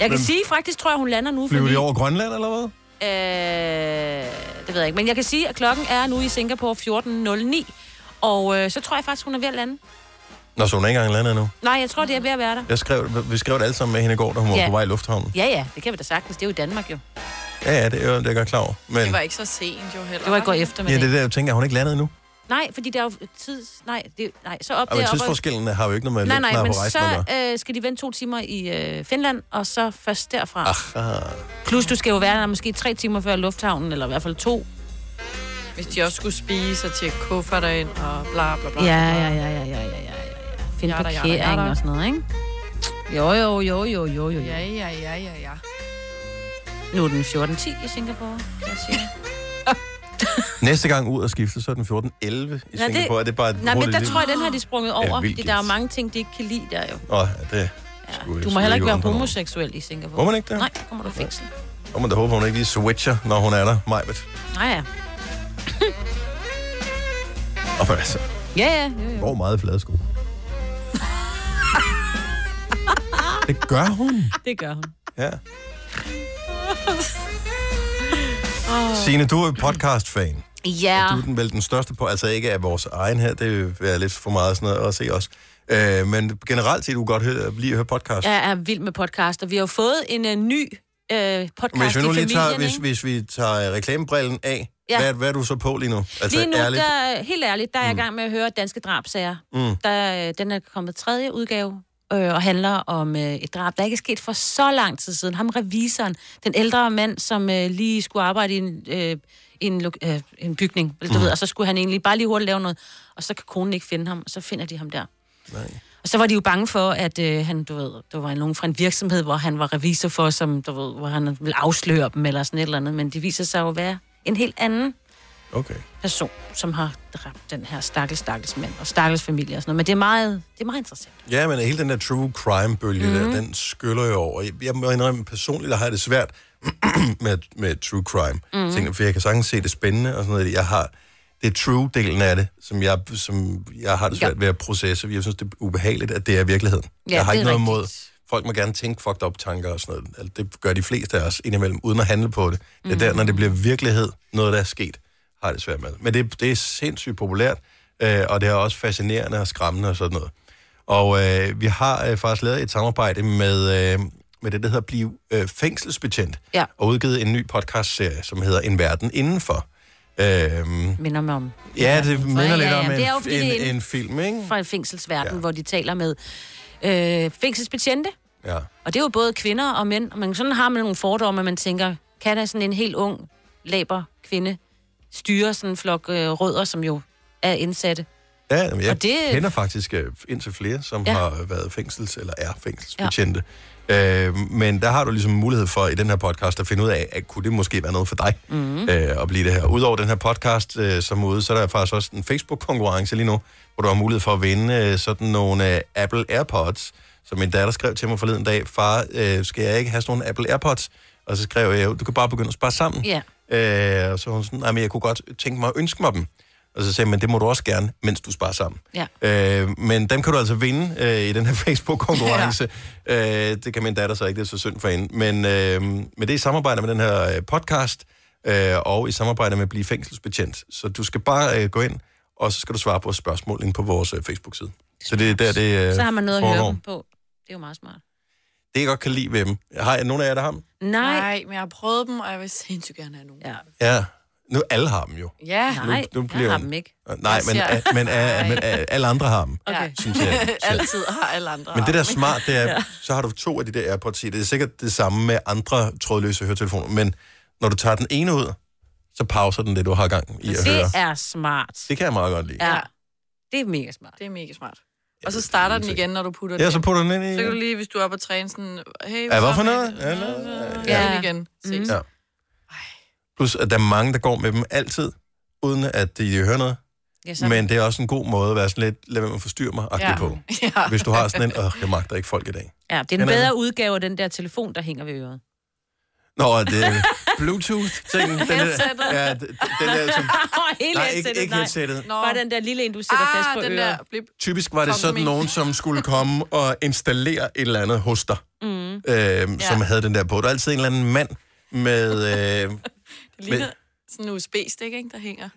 Jeg kan
Men
sige faktisk, tror jeg, hun lander nu.
Flyver
fordi-
de over Grønland, eller hvad?
Øh, det ved jeg ikke. Men jeg kan sige, at klokken er nu i Singapore 14.09. Og øh, så tror jeg faktisk, hun er ved at lande.
Nå, så hun er ikke engang landet endnu.
Nej, jeg tror, det er ved at være der.
Jeg skrev, vi skrev det alle sammen med hende i går, da hun var
Ja.
på vej i lufthavnen.
Ja, ja, det kan vi da sagtens. Det er jo i Danmark jo.
Ja, ja, det er jo- det er jeg godt klar over. Men
Det var ikke så sent jo heller.
Det var i går eftermiddag.
ja, det er der, jeg tænker, er hun ikke landet endnu?
Nej, fordi der er jo tids... Nej, det, nej så op
Og men
deroppe.
tidsforskellen har jo ikke noget med
Nej, nej,
lufthavn
men
på rejsen
så
at
øh, skal de vente to timer i øh, Finland, og så først derfra.
gøre.
øh,
Aha.
Plus, du skal jo være der måske tre timer før lufthavnen, eller i hvert fald to.
Hvis de også skulle spise og tjekke kufferter ind og bla bla bla.
Ja, ja, ja, ja, ja, ja, ja. Finde
Jada, jada,
parkering
jada.
og sådan noget, ikke? Jo, jo, jo, jo, jo, jo.
Ja,
jo.
ja, ja, ja, ja.
Nu er den 14.10 i Singapore, kan jeg sige.
Næste gang ud og skifte, så er den 14.11 i
Nå, det-
Singapore. Er det bare et
Nej, men
hurtigt
der
liv?
tror jeg, den her de er sprunget
Ja,
over.
vildt
fordi der er jo mange ting, de ikke kan lide der jo.
Åh, ja, det skulle jeg
Du må
sgu
heller ikke være
undre mig over.
homoseksuel i Singapore.
Må man ikke det?
Nej, kommer du i fængsel.
Og man da håber, hun ikke lige switcher, når hun er der. Majbet.
Nej, <laughs> ja.
Og altså,
Ja, ja. Jo, jo.
hvor meget flade sko. det gør hun.
<laughs> Det gør hun.
Ja.
Oh.
Signe, du er podcast-fan.
Ja.
Du er den, vel den største på, altså ikke af vores egen her, det vil være lidt for meget sådan noget at se os. Øh, men generelt set, du kan godt høre, lige høre podcast.
Jeg er vild med podcaster. Vi har jo fået en uh, ny uh, podcast
hvis vi nu
i
lige
familien,
tager, hvis,
ikke?
hvis vi tager reklamebrillen af,
Ja.
ja. hvad, hvad er du så på lige nu?
Altså, Lige nu, der, helt ærligt, der er jeg i gang med at høre Danske Drabsager.
Mm.
Der, øh, den er kommet tredje udgave øh, og handler om øh, et drab, der ikke er sket for så lang tid siden. Ham revisoren, den ældre mand, som øh, lige skulle arbejde i en, øh, i en, lo- øh, en bygning, eller du
Mm.
ved, og så skulle han egentlig bare lige hurtigt lave noget, og så kan konen ikke finde ham, og så finder de ham der.
Nej.
Og så var de jo bange for, at øh, han, du ved, der var nogen fra en virksomhed, hvor han var revisor for, som, du ved, hvor han ville afsløre dem eller sådan et eller andet, men de viser sig jo at være en helt anden
Okay.
person, som har dræbt den her stakkels, stakkels mand og stakkels familie og sådan noget. Men det er meget, det er meget interessant.
Ja, men hele den der true crime-bølge
Mhm.
mm. der, den skyller jo over. Jeg- Jeg må indrømme, personligt der har jeg det svært <clears throat> med, med true crime.
Mhm.
Mm. Tingene, for jeg kan sagtens se det spændende og sådan noget. Jeg har, det er true-delen af det, som jeg, som jeg har det svært ja. ved at processe. Jeg synes, det er ubehageligt, at det er virkeligheden.
Ja,
jeg har
det er
ikke noget
rigtigt.
imod... Folk må gerne tænke fucked up tanker og sådan noget. Altså, Det gør de fleste af os indimellem, uden at handle på det. Det er der,
Mhm.
når det bliver virkelighed, noget der er sket, har jeg det svært med. Men det, det er sindssygt populært, øh, og det er også fascinerende og skræmmende og sådan noget. Og øh, vi har øh, faktisk lavet et samarbejde med, øh, med det, der hedder Bliv øh, fængselsbetjent,
Ja.
og udgivet en ny podcastserie, som hedder En Verden Indenfor. Øh,
Minder mig om.
ja, det minder
Ja,
lidt
ja,
om
ja.
en,
Det er jo, fordi det
en,
er en-
en film, ikke?
Fra en fængselsverden, ja. hvor de taler med øh, fængselsbetjente.
Ja.
Og det er jo både kvinder og mænd. Og man, sådan har man nogle fordomme, at man tænker, kan der sådan en helt ung, laber kvinde styre sådan en flok øh, rødder, som jo er indsatte?
Ja, jamen, jeg
Og det-
det... kender faktisk øh, indtil flere, som
Ja.
ja. har været fængsels- eller er fængselsbetjente. Ja. Øh, men der har du ligesom mulighed for i den her podcast at finde ud af, at kunne det måske være noget for dig
Mhm.
mm. øh, at blive det her. Udover den her podcast øh, som er ude, så er der faktisk også en Facebook-konkurrence lige nu, hvor du har mulighed for at vinde øh, sådan nogle øh, Apple AirPods. Som min datter skrev til mig forleden dag, far, øh, skal jeg ikke have sådan nogle Apple AirPods? Og så skrev jeg, du kan bare begynde at spare sammen.
Ja.
Øh, og så var hun sådan, nej, men jeg kunne godt tænke mig at ønske mig dem. Og så sagde jeg, men det må du også gerne, mens du sparer sammen.
Ja.
Øh, men dem kan du altså vinde øh, i den her <laughs> Facebook-konkurrence. ja. øh, det kan min datter så ikke, det er så synd for hende. Men, øh, men det er i samarbejde med den her øh, podcast, øh, og i samarbejde med at blive fængselsbetjent. Så du skal bare øh, gå ind, og så skal du svare på spørgsmål inde på vores øh, Facebook-side. Så det er der, det øh,
Så har man noget at
foregår.
høre dem på. Det er jo meget smart.
Det jeg godt kan lide ved dem. Har jeg, nogen af jer, der har dem?
Nej.
Nej, men jeg har prøvet dem, og jeg vil sindssygt gerne have nogen.
Ja.
Ja. Nu alle har dem jo.
Ja. Nej,
nu, nu
jeg
bliver
har
hun-
dem ikke.
Nej,
Jeg
men,
siger-
a, men,
<laughs>
a, men a, alle andre har dem.
Okay.
Synes
<laughs>
jeg.
Altid har alle andre.
Men det der er
arme.
smart, det er,
<laughs> Ja.
så har du to af de der AirPods i. Det er sikkert det samme med andre trådløse høretelefoner, men når du tager den ene ud, så pauser den det, du har gang i at høre.
Det er smart.
Det kan jeg meget godt lide.
Ja. Det er mega smart.
Det er mega smart. Og så starter den igen, når du putter den
Ja, så putter den ind
ind.
i...
Så kan du lige, hvis du er oppe og træne sådan... Hey,
Ja, hvorfor
så-
noget? Ja, noget?
Ja, ind igen.
Mm.
Ses.
Ja. Plus, at der er mange, der går med dem altid, uden at de hører noget.
Ja,
så-
Men det er også en god måde at være sådan lidt, lad være med at forstyrre mig, ja.
Ja.
<laughs>
på.
Ja.
Hvis du har sådan en, åh, jeg magter ikke folk i dag.
Ja, det er en
Kender I
bedre
den?
udgave af den der telefon, der hænger ved øret.
Nå, det, Bluetooth-tingen. Den
Headsettet.
der, ja, d- den der, som,
Hele
nej,
headsettet,
ikke,
<laughs>
ikke
nej.
headsettet.
Bare den der lille en, du sætter
Ah,
fast på
den
øret.
der blip.
Typisk var det
Kom
sådan
med.
nogen, som skulle komme og installere et eller andet hos dig,
Mm.
øh, som havde den der på. Der var altid en eller anden mand med... Øh,
Det
med
ligner sådan en USB-stik, ikke, der hænger.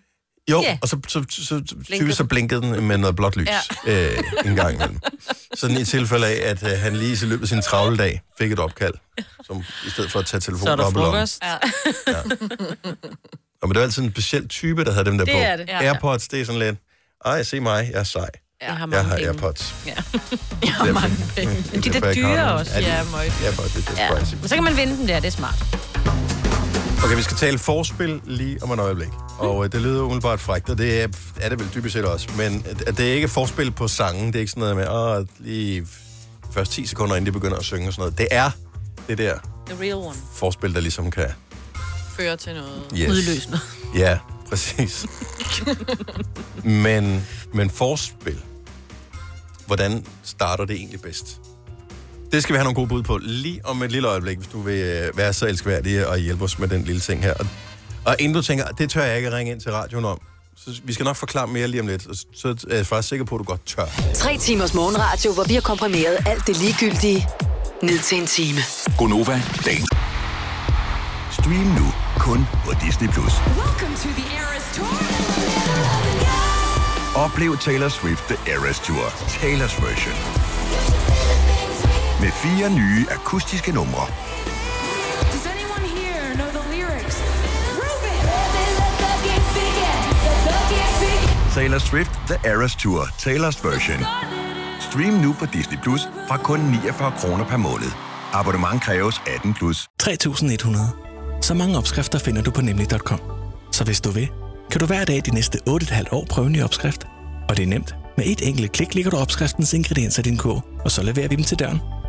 jo,
Ja.
yeah. og så, så, så, så typisk så blinkede den med noget blåt lys
Ja.
ja. øh, en gang imellem. Sådan i tilfælde af, at øh, han lige i løbet af sin travle dag fik et opkald, som i stedet for at tage telefonen
Så er der
op i lommen.
frokost. Ja.
Og men det var altid en speciel type, der havde dem der
Det
på.
er det. Ja.
Airpods, det er sådan lidt, ej, se mig, jeg er sej.
<laughs> Jeg har
Jeg
mange
har
penge.
Airpods.
Ja.
Jeg har mange
penge. Men de er
Derfor
da
jeg kan
dyre
holde
også.
dem. Ja, de-
møg.
Airpods, det er
Ja.
pricey.
Men så kan man vinde den der, det er smart.
Okay, vi skal tale forspil lige om et øjeblik. Og øh, det lyder umiddelbart frækt, og det er, er det vel dybest set også. Men øh, det er ikke forspil på sangen. Det er ikke sådan noget med, åh, lige først 10 sekunder, inden de begynder at synge og sådan noget. Det er det der
<laughs> The real one.
forspil, der ligesom kan...
Fører til noget.
Yes. Udløsende. <laughs> Ja, præcis. Men, men forspil, hvordan starter det egentlig bedst? Det skal vi have nogle gode bud på lige om et lille øjeblik, hvis du vil øh, være så elskværdig og hjælpe os med den lille ting her. Og, og inden du tænker, det tør jeg ikke at ringe ind til radioen om, så vi skal nok forklare mere lige om lidt, og så- så er jeg faktisk sikker på, at du godt tør.
Tre timers morgenradio, hvor vi har komprimeret alt det ligegyldige ned til en time.
Gonova, dagen. Stream nu kun på Disney+. Plus. Oplev Taylor Swift The Eras Tour, Taylor's version. Med fire nye akustiske numre. Taylor Swift The Eras Tour, Taylor's version. Stream nu på Disney Plus fra kun 49 kroner per måned. Abonnement kræves 18 plus.
3100. Så mange opskrifter finder du på nemlig.com. Så hvis du vil, kan du hver dag de næste 8,5 år prøve en ny opskrift. Og det er nemt. Med et enkelt klik ligger du opskriftens ingredienser i din kog, og så leverer vi dem til døren.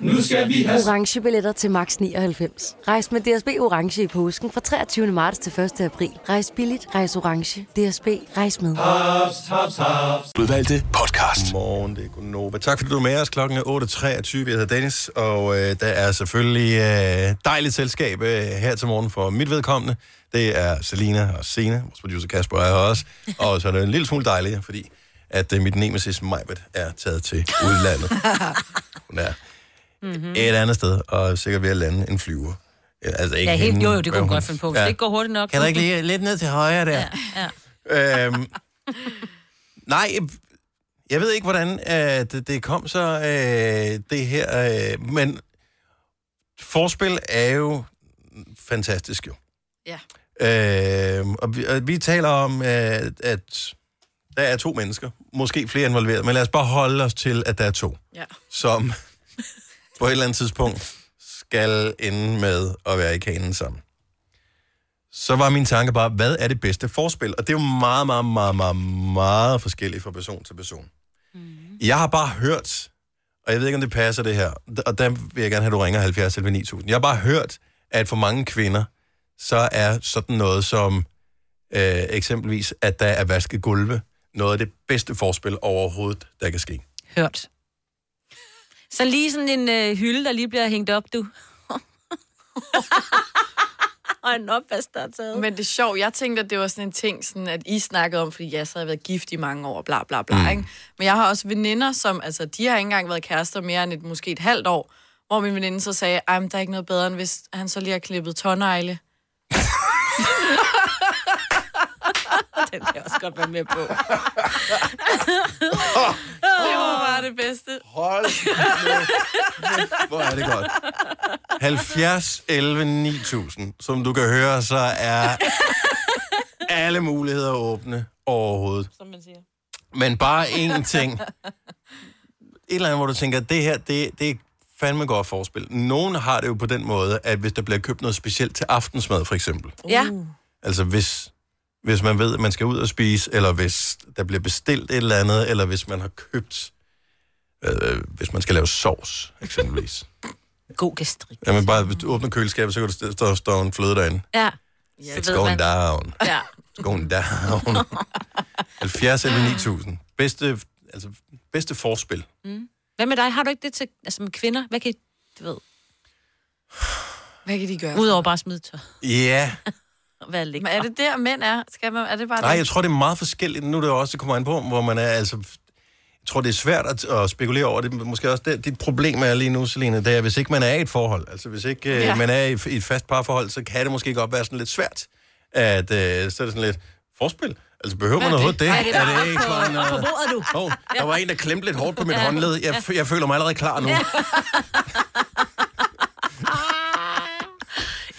Nu skal vi have
Orange billetter til max 99. Rejs med DSB Orange i påsken fra 23. marts til 1. april. Rejs billigt, rejs orange. DSB, rejs med.
Ah. haps, haps, haps.
Udvalgte podcast. Morgen, det er Gunnova. Tak fordi du er med os. Klokken er 8.23. Jeg hedder Dennis, og øh, der er selvfølgelig øh, dejligt selskab øh, her til morgen for mit vedkommende. Det er Selina og Sena, vores producer Kasper er her også. Og så er det en lille smule dejligt, fordi at øh, mit nemesis Majbet er taget til
<laughs>
udlandet. Hun er
Mm-hmm.
et andet sted, og sikkert ved at lande en flyver. Ja, Altså ikke
Ja, helt,
hende,
jo, jo, det
men
kunne hun
hun-
godt finde på. Hvis ja. det ikke går hurtigt nok.
Kan du
<laughs>
ikke lige lidt ned til højre der? Ja.
Ja.
øhm, nej, jeg ved ikke, hvordan øh, det, det kom så, øh, det her. Øh, men forspil er jo fantastisk, jo.
Ja.
Øh, og, vi, og vi taler om, øh, at der er to mennesker, måske flere involveret, men lad os bare holde os til, at der er to,
Ja.
som på et eller andet tidspunkt skal ende med at være i kanen sammen. Så var min tanke bare, hvad er det bedste forspil? Og det er jo meget, meget, meget, meget, meget forskelligt fra person til person. Mm. Jeg har bare hørt, og jeg ved ikke, om det passer det her, og der vil jeg gerne have, at du ringer 70 11 9000. Jeg har bare hørt, at for mange kvinder, så er sådan noget som øh, eksempelvis, at der er vasket gulve, noget af det bedste forspil overhovedet, der kan ske.
Hørt. Så lige sådan en øh, hylde, der lige bliver hængt op, du. Og en opvask, der er taget.
Men det er sjovt. Jeg tænkte, at det var sådan en ting, sådan, at I snakkede om, fordi jeg så havde været gift i mange år, bla bla bla. Mm. Ikke? Men jeg har også veninder, som, altså, de har ikke engang været kærester mere end et, måske et halvt år, hvor min veninde så sagde, at der er ikke noget bedre, end hvis han så lige har klippet tårnegle. <laughs> Den kan jeg også godt være med <laughs> på. det var bare det bedste.
Hold Hvor er det godt. 70 11 9000, som du kan høre, så er alle muligheder åbne overhovedet. Som man siger. Men bare én ting. Et eller andet, hvor du tænker, det her, det, det er fandme godt forspil. Nogen har det jo på Uh. den måde, at hvis der bliver købt noget specielt til aftensmad, for eksempel.
Ja.
Altså hvis hvis man ved, at man skal ud og spise, eller hvis der bliver bestilt et eller andet, eller hvis man har købt, øh, hvis man skal lave sovs, eksempelvis.
God gastrik.
Ja, men bare hvis du åbner køleskabet, så kan du stå, stå en fløde derinde.
Ja.
It's going down.
Ja.
It's going down. 70 eller 9000. Bedste, altså, bedste forspil.
Mm. Hvad med dig? Har du ikke det til, altså med kvinder? Hvad kan I, du ved?
Hvad kan de gøre?
Udover bare at smide tøj.
Ja.
Hvad ligger?
Men er det der, mænd er? Skal man, er det bare
Nej,
det?
jeg tror, det er meget forskelligt. Nu er det jo også, det kommer an på, hvor man er. Altså, jeg tror, det er svært at, at spekulere over. Det er måske også det, dit problem er lige nu, Selina, det er, hvis ikke man er i et forhold, altså hvis ikke ja.
Ja.
man er i, i et fast parforhold, så kan det måske godt være sådan lidt svært, at øh, så er det sådan lidt forspil. Altså, behøver man overhovedet det?
Ej, det er
er
bare
det ikke
på-
sådan,
på bordet, du.
Hov, der var en, der klemte lidt hårdt på mit
Ja.
håndled. Jeg, f- jeg føler mig allerede klar <laughs> nu.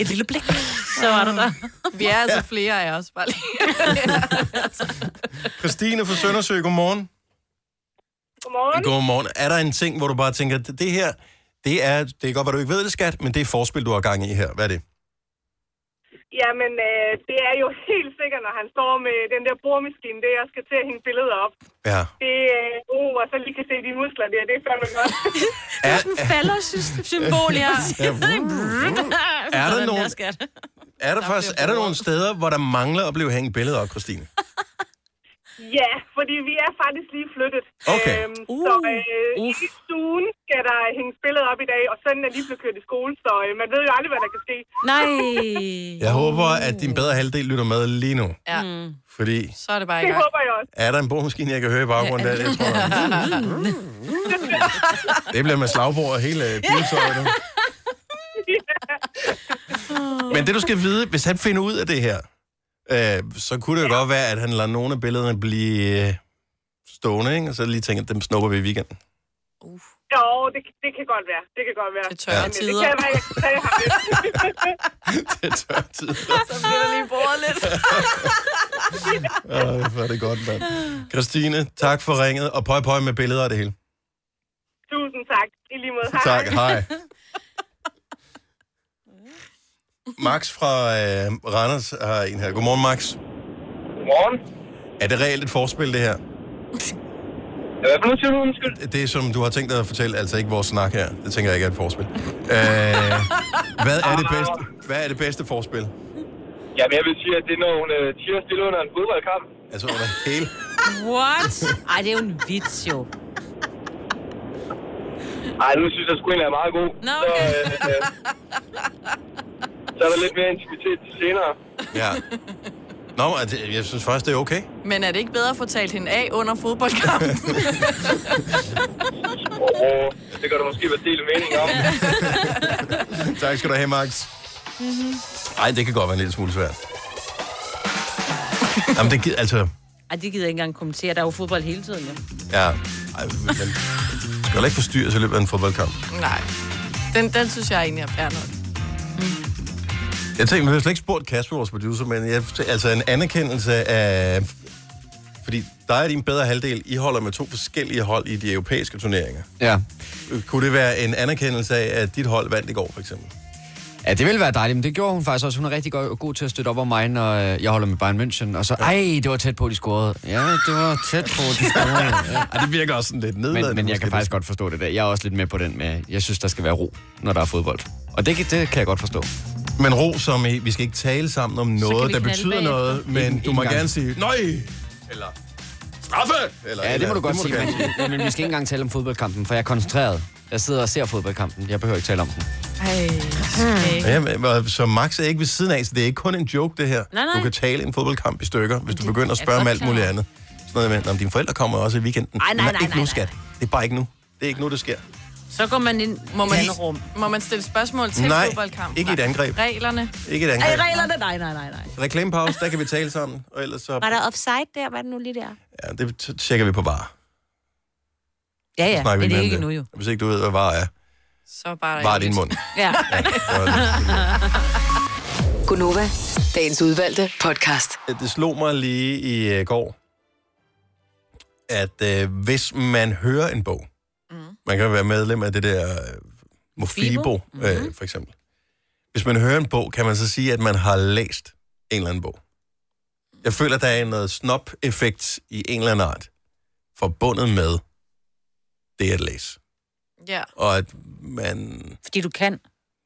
Et lille blik, så var du der.
<laughs> Vi er altså flere af os, bare lige.
<laughs>
Christine fra Søndersø, godmorgen.
Godmorgen.
Godmorgen. Er der en ting, hvor du bare tænker, det det her, det er, det er godt, hvad du ikke ved det, skat, men det er forspil, du har gang i her. Hvad er det?
Jamen, øh, det er jo <laughs> helt sikkert, når han står med den der boremaskine, det jeg skal til at hænge billeder op.
Ja.
Det er, øh, uh, og så lige kan se de muskler der, det er fandme
<laughs>
godt.
Er,
Falder-symbol,
<laughs>
ja.
Ja, Er der
Sådan
nogen-
skat.
<laughs> er der, faktisk, er der nogle steder, hvor der mangler at blive hængt billeder op, Christine?
ja, fordi vi er faktisk lige flyttet.
Okay. Uh,
Øhm, Så øh, i stuen skal der hænge billeder op i dag, og sønnen er lige blevet kørt i skole, så øh, man ved jo aldrig, hvad der kan ske. <laughs>
Nej.
Jeg håber, at din bedre halvdel lytter med lige nu.
Ja.
Mm.
Fordi
Så er det bare i
Det
gang.
håber jeg også.
er der en boremaskine, jeg kan høre i baggrunden? Der, jeg tror, det bliver med slagbord og hele øh, biltøjet
<laughs>
nu. Men det du skal vide, hvis han finder ud af det her, øh, så kunne det jo godt være, at han lader nogle af billederne blive øh, stående, ikke? og så lige tænker, dem snupper vi i weekenden. <laughs>
Jo, det, det kan godt være. Det kan godt være. Det
tørre
Det
tider.
kan være, jeg kan tage ham lidt.
<laughs>
det er tør tid.
så bliver der lige bordet lidt.
Åh, hvor er det godt, mand. Christine, tak for ringet, og pøj pøj med billeder og det hele.
Tusind tak. I lige måde. Hej.
Tak,
<laughs>
hej. Max fra øh, Randers har en her. Godmorgen, Max. Godmorgen. Er det reelt et forspil, det her? Hvad for noget siger du, undskyld? Det, som du har tænkt dig at fortælle, altså ikke vores snak her. Det tænker jeg ikke er et forspil. øh, hvad, er det bedste, hvad er det bedste forspil?
Jamen, jeg vil sige, at det er, når hun øh, tiger stille under en fodboldkamp.
Altså under hele...
What? Ej, det er jo en vits, jo.
Ej, nu synes jeg sgu egentlig, jeg er meget god.
Nå,
okay. Så, øh,
<laughs>
øh, så er der lidt mere intimitet til senere.
Ja. Nå, men det- jeg synes faktisk, det er okay.
<laughs> Men er det ikke bedre at få talt hende af under
<laughs>
fodboldkampen?
Åh, det gør der måske være delt mening om.
tak skal du have, Max.
Mm-hmm.
Nej, det kan godt være en lille smule svært. Jamen, det gider, altså...
Ej, det gider jeg ikke engang kommentere. Der er jo fodbold hele tiden, jo.
Ja, ej, men skal heller ikke forstyrres i løbet af en fodboldkamp.
Nej. Den, den synes jeg egentlig er fair nok.
Jeg tænkte, vi har slet ikke spurgt Kasper, vores producer, men jeg, altså en anerkendelse af... Fordi dig og din bedre halvdel, I holder med to forskellige hold i de europæiske turneringer.
Ja.
Kunne det være en anerkendelse af, at dit hold vandt i går, for eksempel?
Ja, det ville være dejligt, men det gjorde hun faktisk også. Hun er rigtig god, god til at støtte op om mig, når øh, jeg holder med Bayern München. Og så, ej, det var tæt på, de scorede. Ja, det var tæt på, de scorede. Ja.
Ej, det virker også sådan lidt
Men, men jeg kan faktisk godt forstå det der. Jeg er også lidt med på den med, jeg synes, der skal være ro, når der er fodbold. Og det, kan- det kan jeg godt forstå.
Men ro som i, vi skal ikke tale sammen om noget, der betyder noget, men du må gerne sige, nøj! Eller, straffe! Eller,
Ja, det må du godt sige. Men, men vi skal ikke engang tale om fodboldkampen, for jeg er koncentreret. Jeg sidder og ser fodboldkampen. Jeg behøver ikke tale om den.
Ej,
Ja, men, og- så Max er ikke ved siden af, så det er ikke kun en joke, det her.
Nej, nej.
Du kan tale en fodboldkamp i stykker, hvis du begynder at
er
spørge om
godt
alt
klar
muligt
over.
andet. Sådan noget med, "Nå, men dine forældre kommer også i weekenden.
Ej, nej, nej,
ikke
nej,
nu,
nej.
skat. Det er bare ikke nu. Det er ikke nu, det sker.
Så går man ind
Må man,
i et rum.
må man stille spørgsmål til
Nej,
fodboldkampen?
ikke i et angreb.
Reglerne?
Ikke et angreb.
Ej, reglerne? Nej, nej, nej, nej.
Reklamepause, der kan vi tale sammen, og ellers så...
Var der offside der? Var det nu lige der?
Ja, det t- tjekker vi på var.
Ja,
Så
ja.
snakker vi
Men det er
mere om
ikke nu, jo.
Hvis ikke du ved, hvad var er,
Så bare
var din
<laughs>
mund.
Ja.
Gunova, dagens udvalgte podcast.
øh, Det slog mig lige i øh, går, at øh, hvis man hører en bog, mm. man kan være medlem af det der øh, Mofibo,
Mm-hmm.
øh, for eksempel. Hvis man hører en bog, kan man så sige, at man har læst en eller anden bog. Jeg føler, der er noget snop-effekt i en eller anden art, forbundet med det at læse.
Ja.
Og at man...
Fordi du kan.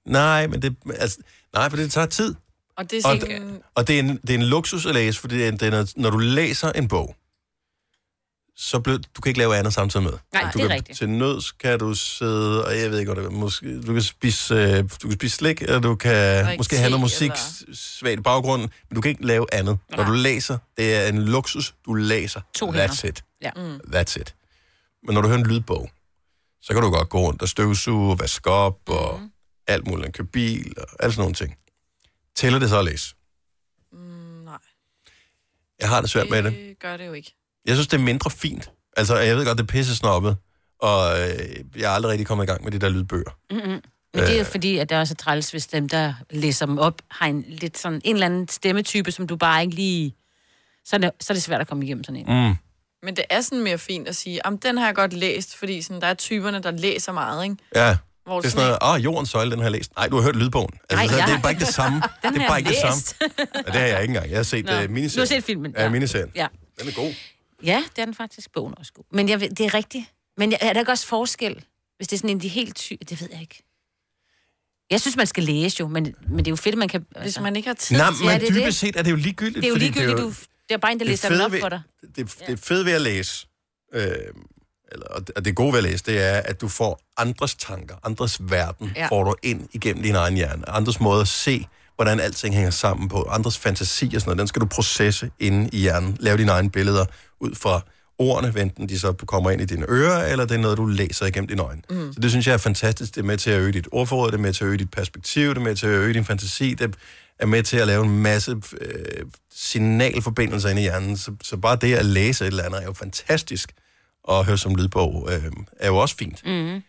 Nej, men det, altså, nej, for det tager tid.
Og det er
Og
sikkert...
Og det er, en, det er en luksus at læse, fordi det er, det er noget, når du læser en bog, så bliver, du kan ikke lave andet samtidig med.
Nej,
du
det er
kan,
rigtigt.
Til nøds kan du sidde, og jeg ved ikke, hvad det er, måske, du, kan spise, øh, du kan spise slik, eller du kan
Drikke
måske
te,
have noget musik
eller-
s- svagt i baggrunden, men du kan ikke lave andet. Nej. Når du læser, det er en luksus, du læser.
To
That's
hænder.
it.
Ja. Mm.
That's it. Men når du hører en lydbog, så kan du godt gå rundt og støvsuge, og vaske op og alt muligt. Købe bil og alt sådan nogle ting. Tæller det så at læse?
nej.
Jeg har det svært med det.
Det gør det jo ikke.
Jeg synes, det er mindre fint. Altså, jeg ved godt, det er pisse snobbet, og øh, jeg er aldrig rigtig kommet i gang med de der lydbøger.
Mm-mm. Men det er jo fordi, at det er også er træls, hvis dem, der læser dem op, har en, lidt sådan, en eller anden stemmetype, som du bare ikke lige... Så er det, så er det svært at komme igennem sådan en.
Mm.
Men det er sådan mere fint at sige, om den har jeg godt læst, fordi sådan, der er typerne, der læser meget, ikke?
Ja,
Hvor
det er sådan noget, åh, oh, jordens søjle, den har jeg læst. Nej, du har hørt lydbogen. Altså,
Nej,
Nej,
jeg
Det
har-
er bare ikke det samme.
Den
det er
har
bare
jeg
ikke
læst.
det samme. Ja, det har jeg ikke engang. Jeg har set
Nå.
uh, miniserien.
Du har set filmen,
Ja, miniserien.
Ja.
Den er god.
ja, det er den faktisk. Bogen er også god. Men jeg, ved- det er rigtigt. Men jeg, er der ikke også forskel, hvis det er sådan en, de er helt ty... Det ved jeg ikke. Jeg synes, man skal læse jo, men, men det er jo fedt, man kan... Altså. Hvis
man ikke har
Nej, men ja, dybest set er det jo ligegyldigt.
Det er jo
fordi
ligegyldigt, du... Det er bare en, der
det
læser den
fede
op
ved-
for dig.
det, det fede ved at læse, øh, eller, og det- og det gode ved at læse, det er, at du får andres tanker, andres verden,
Ja.
ja. får du ind igennem din egen hjerne. Andres måde at se, hvordan alting hænger sammen på, andres fantasi og sådan noget, den skal du processe inde i hjernen. Lave dine egne billeder ud fra ordene, enten de så kommer ind i dine ører, eller det er noget, du læser igennem dine øjne. Mm. Så det synes jeg er fantastisk. Det er med til at øge dit ordforråd, det er med til at øge dit perspektiv, det er med til at øge din fantasi, det er med til at lave en masse øh, signalforbindelser inde i hjernen. Så, så bare det at læse et eller andet er jo fantastisk, og at høre som lydbog øh, er jo også fint.
Mm.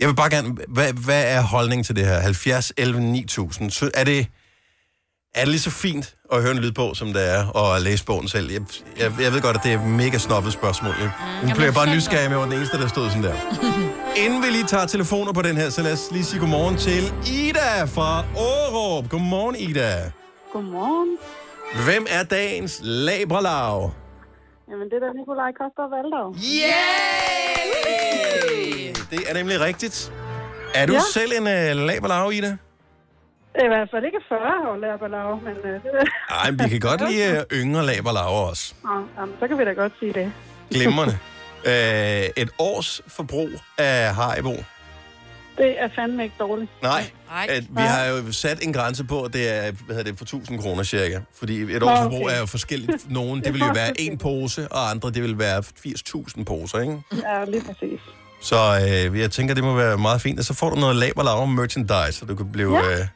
Jeg vil bare gerne... Hvad, hvad er holdningen til det her? 70, 11, 9000. Så er det... Er det lige så fint at høre en lydbog, som det er, og at læse bogen selv? Jeg, jeg, jeg ved godt, at det er et mega snobbet spørgsmål. Jeg, nu bliver jeg bare nysgerrig med, at jeg var den eneste, der stod sådan der. Inden vi lige tager telefoner på den her, så lad os lige sige godmorgen til Ida fra Aarup. Godmorgen, Ida.
Godmorgen.
Hvem er dagens labralav?
Jamen, det er da Nikolaj Koster Valdov.
Yeah! Det er nemlig rigtigt. Er du
Ja.
ja. selv en uh, labralav, Ida?
Det er i hvert fald ikke 40 år lærer ballade, men øh, det,
Nej, vi kan godt lide øh, yngre labralaver også.
Nå, jamen, så kan vi da godt sige det.
Glimrende. Øh, et års forbrug af haribo.
Det er fandme ikke dårligt.
Nej,
Nej.
At vi har jo sat en grænse på, at det er hvad hedder det, for 1000 kroner cirka. Fordi et
Nå,
års
okay.
forbrug er jo forskelligt. Nogle, det vil jo være en pose, og andre, det vil være 80.000 poser, ikke?
Ja, lige præcis.
Så øh, jeg tænker, det må være meget fint. Og så får du noget laberlaver merchandise, så du kan blive
Ja.
ja. øh,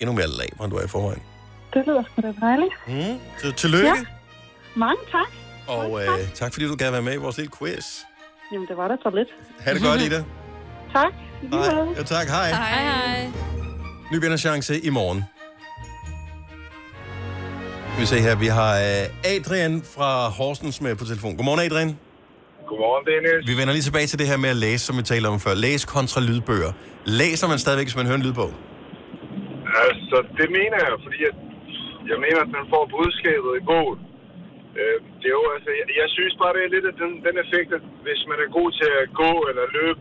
endnu mere laber, end du er i forvejen.
Det lyder sgu da dejligt.
Mm. Så tillykke, ja.
Mange tak.
og øh, tak fordi du gad være med i vores lille quiz.
Jamen, det var da så lidt.
Ha' det godt, Ida.
Tak.
Hej. Ja, tak. Hej.
Hej, hej.
Ny vinderchance i morgen. Vi ser her, vi har øh, Adrian fra Horsens med på telefon. Godmorgen, Adrian.
Godmorgen, Dennis.
Vi vender lige tilbage til det her med at læse, som vi talte om før. Læs kontra lydbøger. Læser man stadigvæk, hvis man hører en lydbog?
Altså, det mener jeg, fordi jeg, jeg mener, at den får budskabet i bogen. Øh, det er jo, altså, jeg, jeg synes bare, det er lidt af den, den effekt, at hvis man er god til at gå eller løbe,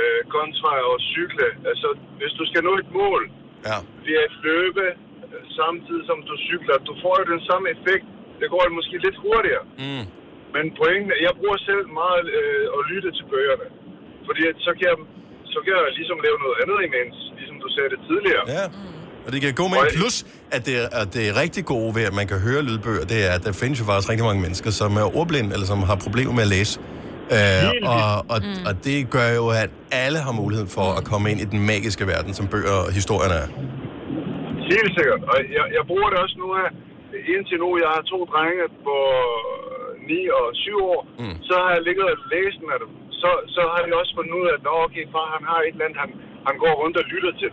øh, kontra at cykle, altså, hvis du skal nå et mål,
ja.
ved at løbe øh, samtidig som du cykler, du får jo den samme effekt. Det går jo måske lidt hurtigere.
Mm.
Men pointen er, jeg bruger selv meget øh, at lytte til bøgerne. Fordi at så kan, jeg, så kan jeg ligesom lave noget andet imens, ligesom du sagde det tidligere.
Ja. Og det kan gå med plus, at det, er- at det er rigtig gode ved, at man kan høre lydbøger, det er, at der findes jo faktisk rigtig mange mennesker, som er ordblinde, eller som har problemer med at læse. Øh, og, og, mm. og det gør jo, at alle har mulighed for at komme ind i den magiske verden, som bøger og historierne er.
Helt sikkert. Og jeg, jeg bruger det også nu her. Indtil nu, jeg har to drenge på 9 og 7 år, mm. så har jeg ligget og læst med dem. Så, så har de også fundet ud af, at "Nå, okay, far han har et eller andet, han, han går rundt og lytter til.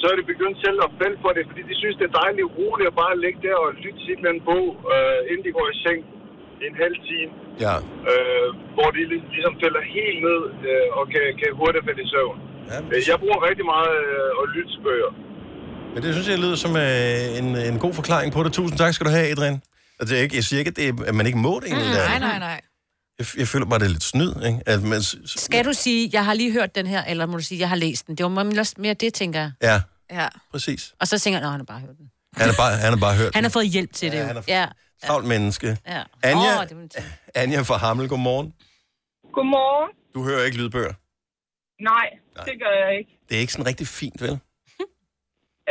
Så er de begyndt selv at falde for det, fordi de synes, det er dejligt roligt at bare ligge der og lytte til et eller andet bog, øh, inden de går i seng i en halv time.
Ja.
Øh, hvor de lig- ligesom falder helt ned øh, og kan, kan hurtigt falde i søvn. Øh, Jeg bruger rigtig meget øh, at lytte til bøger.
Men det synes jeg lyder som øh, en, en god forklaring på det. Tusind tak skal du have, Adrian. Altså, jeg, jeg siger ikke, at, det, er- at man ikke må det egentlig.
nej, nej, nej.
Jeg, jeg føler bare, det er lidt snyd, ikke? At man, s- s-
Skal du sige, jeg har lige hørt den her, eller må du sige, jeg har læst den? Det var måske mere det, tænker jeg.
ja,
Ja.
præcis.
Og så tænker jeg, nå, han har bare hørt den.
Han er bare, han er bare hørt.
Han har fået hjælp til det.
Ja,
jo.
han har
ja.
Travlt menneske.
ja.
Anja-
Åh, det var en ting.
Anja fra Hammel, godmorgen.
Godmorgen.
Du hører ikke lydbøger.
Nej, det gør jeg ikke.
Det er ikke sådan rigtig fint, vel?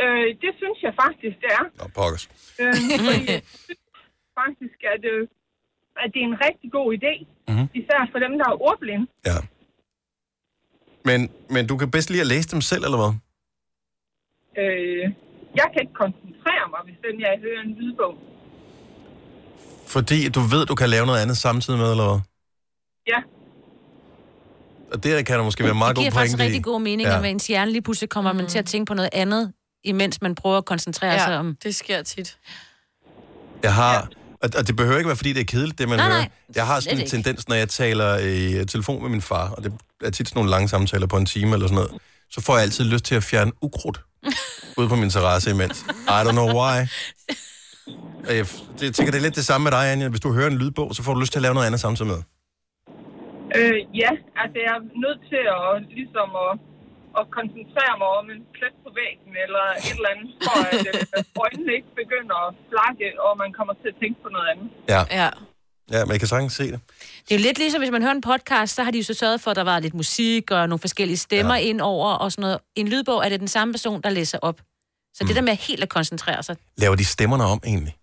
Øh, det synes jeg faktisk, det er.
Nå, pokkers.
Øh, fordi jeg synes faktisk, at, øh, at det er en rigtig god idé.
Mhm.
Især for dem, der er ordblinde.
Men, men du kan bedst lige at læse dem selv, eller hvad?
Øh, jeg kan ikke koncentrere mig, hvis den jeg hører en lydbog.
Fordi du ved, du kan lave noget andet samtidig med, eller hvad?
Ja.
Og det kan der måske være meget
det giver
god
faktisk
pointe
rigtig god mening, ja. at med ens hjerne lige pludselig kommer man til at tænke på noget andet, imens man prøver at koncentrere
Ja,
sig om... det sker tit.
Jeg har, og, og det behøver ikke være, fordi det er kedeligt, det man
Nej,
hører.
nej,
jeg har sådan
slet
en
ikke.
tendens, når jeg taler i øh, telefon med min far, og det er tit sådan nogle lange samtaler på en time eller sådan noget, så får jeg altid lyst til at fjerne
<laughs>
ukrudt ude på min terrasse imens. I don't know why. Og Jeg f- det- jeg tænker, det er lidt det samme med dig, Anja. Hvis du hører en lydbog, så får du lyst til at lave noget andet samtidig med.
Øh, ja, altså jeg er nødt til at, ligesom at, at koncentrere mig om en plet på væggen eller et eller andet, for at, øh, at øjnene ikke begynder at flakke, og man kommer til at tænke på noget andet.
Ja,
Ja.
ja men jeg kan sagtens se det.
Det er jo lidt ligesom, hvis man hører en podcast, så har de jo så sørget for, at der var lidt musik og nogle forskellige stemmer ja. ind over og sådan noget. I en lydbog er det den samme person, der læser op. Så mm. det der med helt at koncentrere sig,
Laver de stemmerne om egentlig?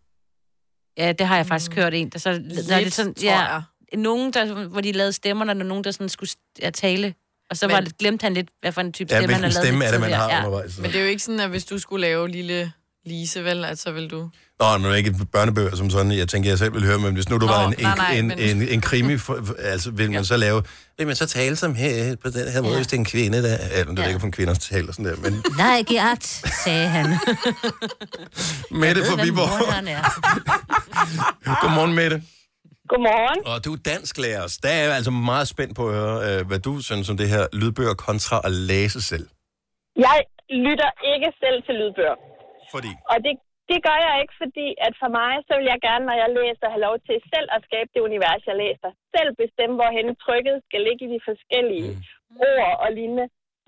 ja, det har jeg faktisk hørt en, der så... Mm. Lidt, når det sådan,
tror
ja, Nogen, der, hvor de lavede stemmerne, og nogen, der sådan skulle ja, tale. Og så var det, glemte han lidt, hvad for en type
Ja,
stemme, han
hvilken
har lavet
stemme
lidt
er det, man
tidligere.
har undervejs, så?
Men det er jo ikke sådan, at hvis du skulle lave lille Lise, vel, at så vil du...
Nå, men det er ikke børnebøger som sådan, jeg tænker, jeg selv vil høre, men hvis nu du
Nå,
var en,
nej, nej,
en,
men-
en, en, en krimi, for, for- altså vil man så lave, vil man så tale som her, på den her måde, hvis det er en kvinde, der, ja, men det er ikke for en kvinde, der taler sådan der, men
Nej, Gert, sagde han.
Mette
Jeg ved,
fra
hvem
Viborg.
morderen er.
Godmorgen, Mette.
Godmorgen.
Og du er dansklærer, så der er jeg altså meget spændt på at høre, øh, hvad du synes om det her lydbøger kontra at læse selv.
Jeg lytter ikke selv til lydbøger.
Fordi?
Og det, det gør jeg ikke, fordi at for mig, så vil jeg gerne, når jeg læser, have lov til selv at skabe det univers, jeg læser. Selv bestemme, hvorhen trykket skal ligge i de forskellige mm. ord og lignende.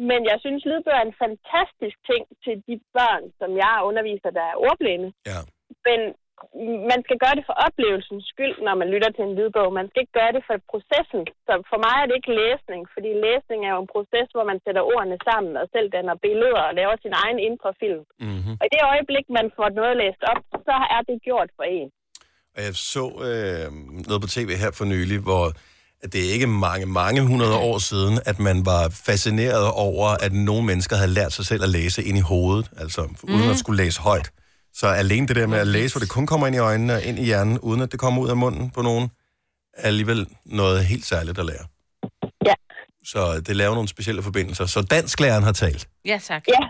Men jeg synes, lydbøger er en fantastisk ting til de børn, som jeg underviser, der er ordblinde.
Ja.
Men man skal gøre det for oplevelsens skyld, når man lytter til en lydbog. Man skal ikke gøre det for processen. Så for mig er det ikke læsning, fordi læsning er jo en proces, hvor man sætter ordene sammen og selv danner billeder og laver sin egen indre film.
Mm-hmm.
Mhm.
Og i det øjeblik, man får noget læst op, så er det gjort for en.
Og jeg så øh, noget på tv her for nylig, hvor at det er ikke mange, mange hundrede år siden, at man var fascineret over, at nogle mennesker havde lært sig selv at læse ind i hovedet, altså uden
Mhm.
at skulle læse højt. Så alene det der med at læse, hvor det kun kommer ind i øjnene og ind i hjernen, uden at det kommer ud af munden på nogen, er alligevel noget helt særligt at lære.
Ja.
Så det laver nogle specielle forbindelser. Så dansklæreren har talt.
Ja, tak.
Ja,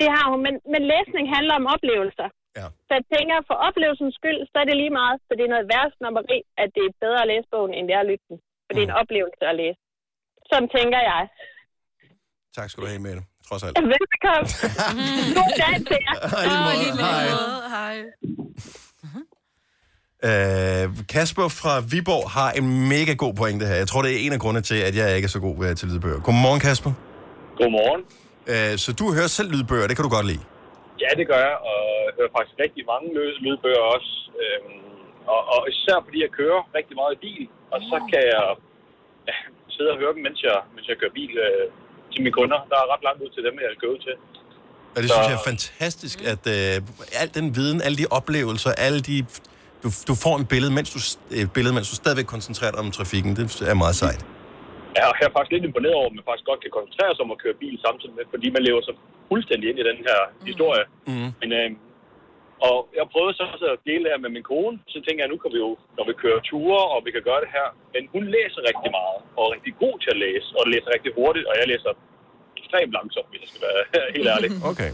det har hun. Men, men læsning handler om oplevelser.
Ja.
Så jeg tænker, for oplevelsens skyld, så er det lige meget. Så det er noget værtsnommeri, at det er bedre at læse bogen, end det er at lytte den. For det er en oplevelse at læse. Sådan tænker jeg.
Tak skal du have, Mette. Trods alt.
Velkommen. God dag til jer.
Hej, i måde. Hej.
Hej.
Øh, Kasper fra Viborg har en mega god pointe her. Jeg tror, det er en af grundene til, at jeg ikke er så god ved til lydbøger. Godmorgen, Kasper.
Godmorgen.
Øh, så du hører selv lydbøger, det kan du godt lide.
Ja, det gør jeg, og jeg hører faktisk rigtig mange lø- lydbøger også. Øhm, og, og især fordi jeg kører rigtig meget i bil, og så kan jeg ja, sidde og høre dem, mens jeg, mens jeg kører bil øh, til mine kunder. Der er ret langt ud til dem, jeg kører ud til.
Og det
Så-
synes jeg er fantastisk, at øh, al den viden, alle de oplevelser, alle de... Du, du får en billede, mens du, s- et billede, mens du stadigvæk koncentrerer dig om trafikken. Det er meget sejt.
Ja, og jeg er faktisk lidt imponeret over, at man faktisk godt kan koncentrere sig om at køre bil samtidig med, fordi man lever sig fuldstændig ind i den her historie.
Mm.
Men, øh, og jeg prøvede så også at dele det her med min kone, så tænker jeg, nu kan vi jo, når vi kører ture, og vi kan gøre det her. Men hun læser rigtig meget, og er rigtig god til at læse, og læser rigtig hurtigt, og jeg læser ekstremt langsomt, hvis jeg skal være <laughs> helt ærlig.
<laughs> Okay.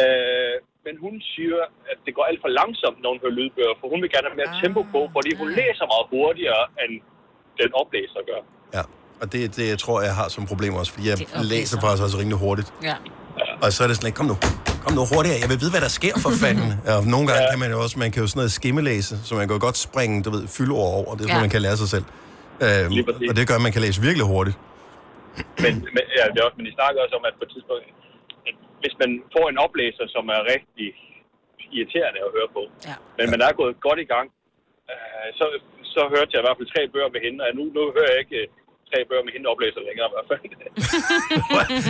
Øh, men hun siger, at det går alt for langsomt, når hun hører lydbøger, for hun vil gerne have mere tempo på, fordi hun læser meget hurtigere, end den oplæser gør.
Ja, og det er det, jeg tror, jeg har som problem også, fordi jeg
okay,
læser
så.
faktisk også rimelig hurtigt.
Ja.
Og så er det sådan, lidt, kom nu. Kom nu hurtigere, jeg vil vide, hvad der sker for
<laughs>
fanden. Og nogle gange ja. kan man jo også, man kan jo sådan noget skimmelæse, så man kan jo godt springe, du ved, fyldord over. Det er sådan,
Ja.
ja. man kan lære sig selv. Øhm, og det gør, at man kan læse virkelig hurtigt.
Men, men, ja, det er også, men I snakker også om, at på et tidspunkt, at hvis man får en oplæser, som er rigtig irriterende at høre på,
ja.
men man er gået godt i gang, øh, så, så hørte jeg i hvert fald tre bøger med hende, og nu, nu hører jeg ikke øh, tre bøger med hende oplæser længere i hvert fald.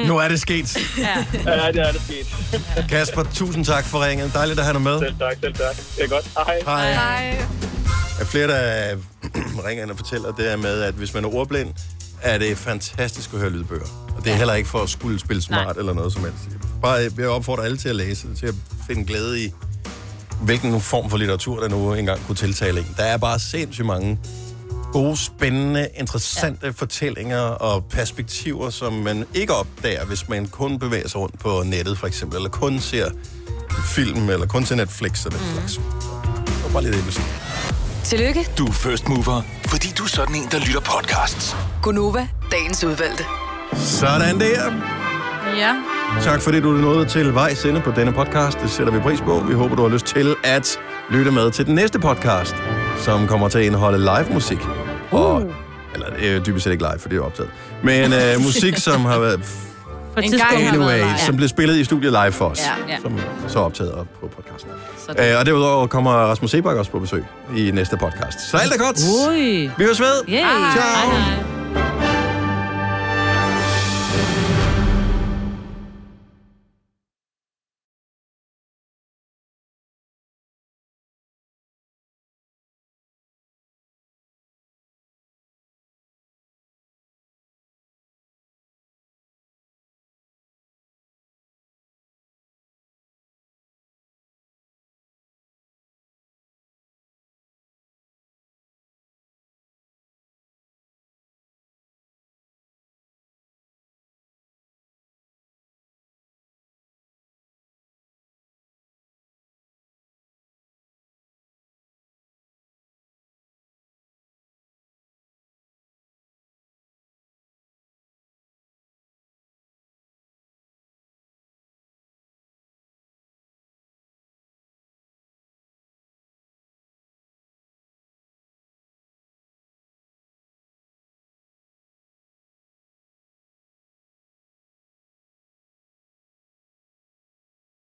Nu er det sket.
ja.
Mm. <laughs> ja, det er det sket.
<laughs> Kasper, tusind tak for ringet. Dejligt at have dig med.
Selv tak, selv tak. Det er godt. Hej.
Hej.
Hej.
Der er flere, der <clears throat> ringer ind og fortæller det her med, at hvis man er ordblind, er det fantastisk at høre lydbøger. Og det er heller ikke for at skulle spille smart Nej. eller noget som helst. Bare øh, jeg opfordrer alle til at læse, til at finde glæde i, hvilken form for litteratur, der nu engang kunne tiltale en. Der er bare sindssygt mange gode, spændende, interessante ja. fortællinger og perspektiver, som man ikke opdager, hvis man kun bevæger sig rundt på nettet, for eksempel, eller kun ser film, eller kun ser Netflix og den mm. slags. Det var bare lidt det, jeg ville
Tillykke,
Du er first mover, fordi du er sådan en, der lytter podcasts.
Gunova, dagens udvalgte.
Sådan der.
Ja.
Tak fordi du nåede til vejs ende på denne podcast. Det sætter vi pris på. Vi håber, du har lyst til at lytte med til den næste podcast, som kommer til at indeholde live musik.
Uh.
Og, eller øh, dybest set ikke live, for det er jo optaget.
<laughs>
Men øh, musik, som har været...
På et
En gang har
Anyway,
været live.
som blev spillet i studiet live for os.
Ja. Ja.
Som så er optaget op på podcasten.
Sådan.
Øh, og derudover kommer Rasmus Sebak også på besøg i næste podcast. <laughs> Så alt er godt.
Ui.
Vi høres ved.
Yay. Hej. Hej, hej.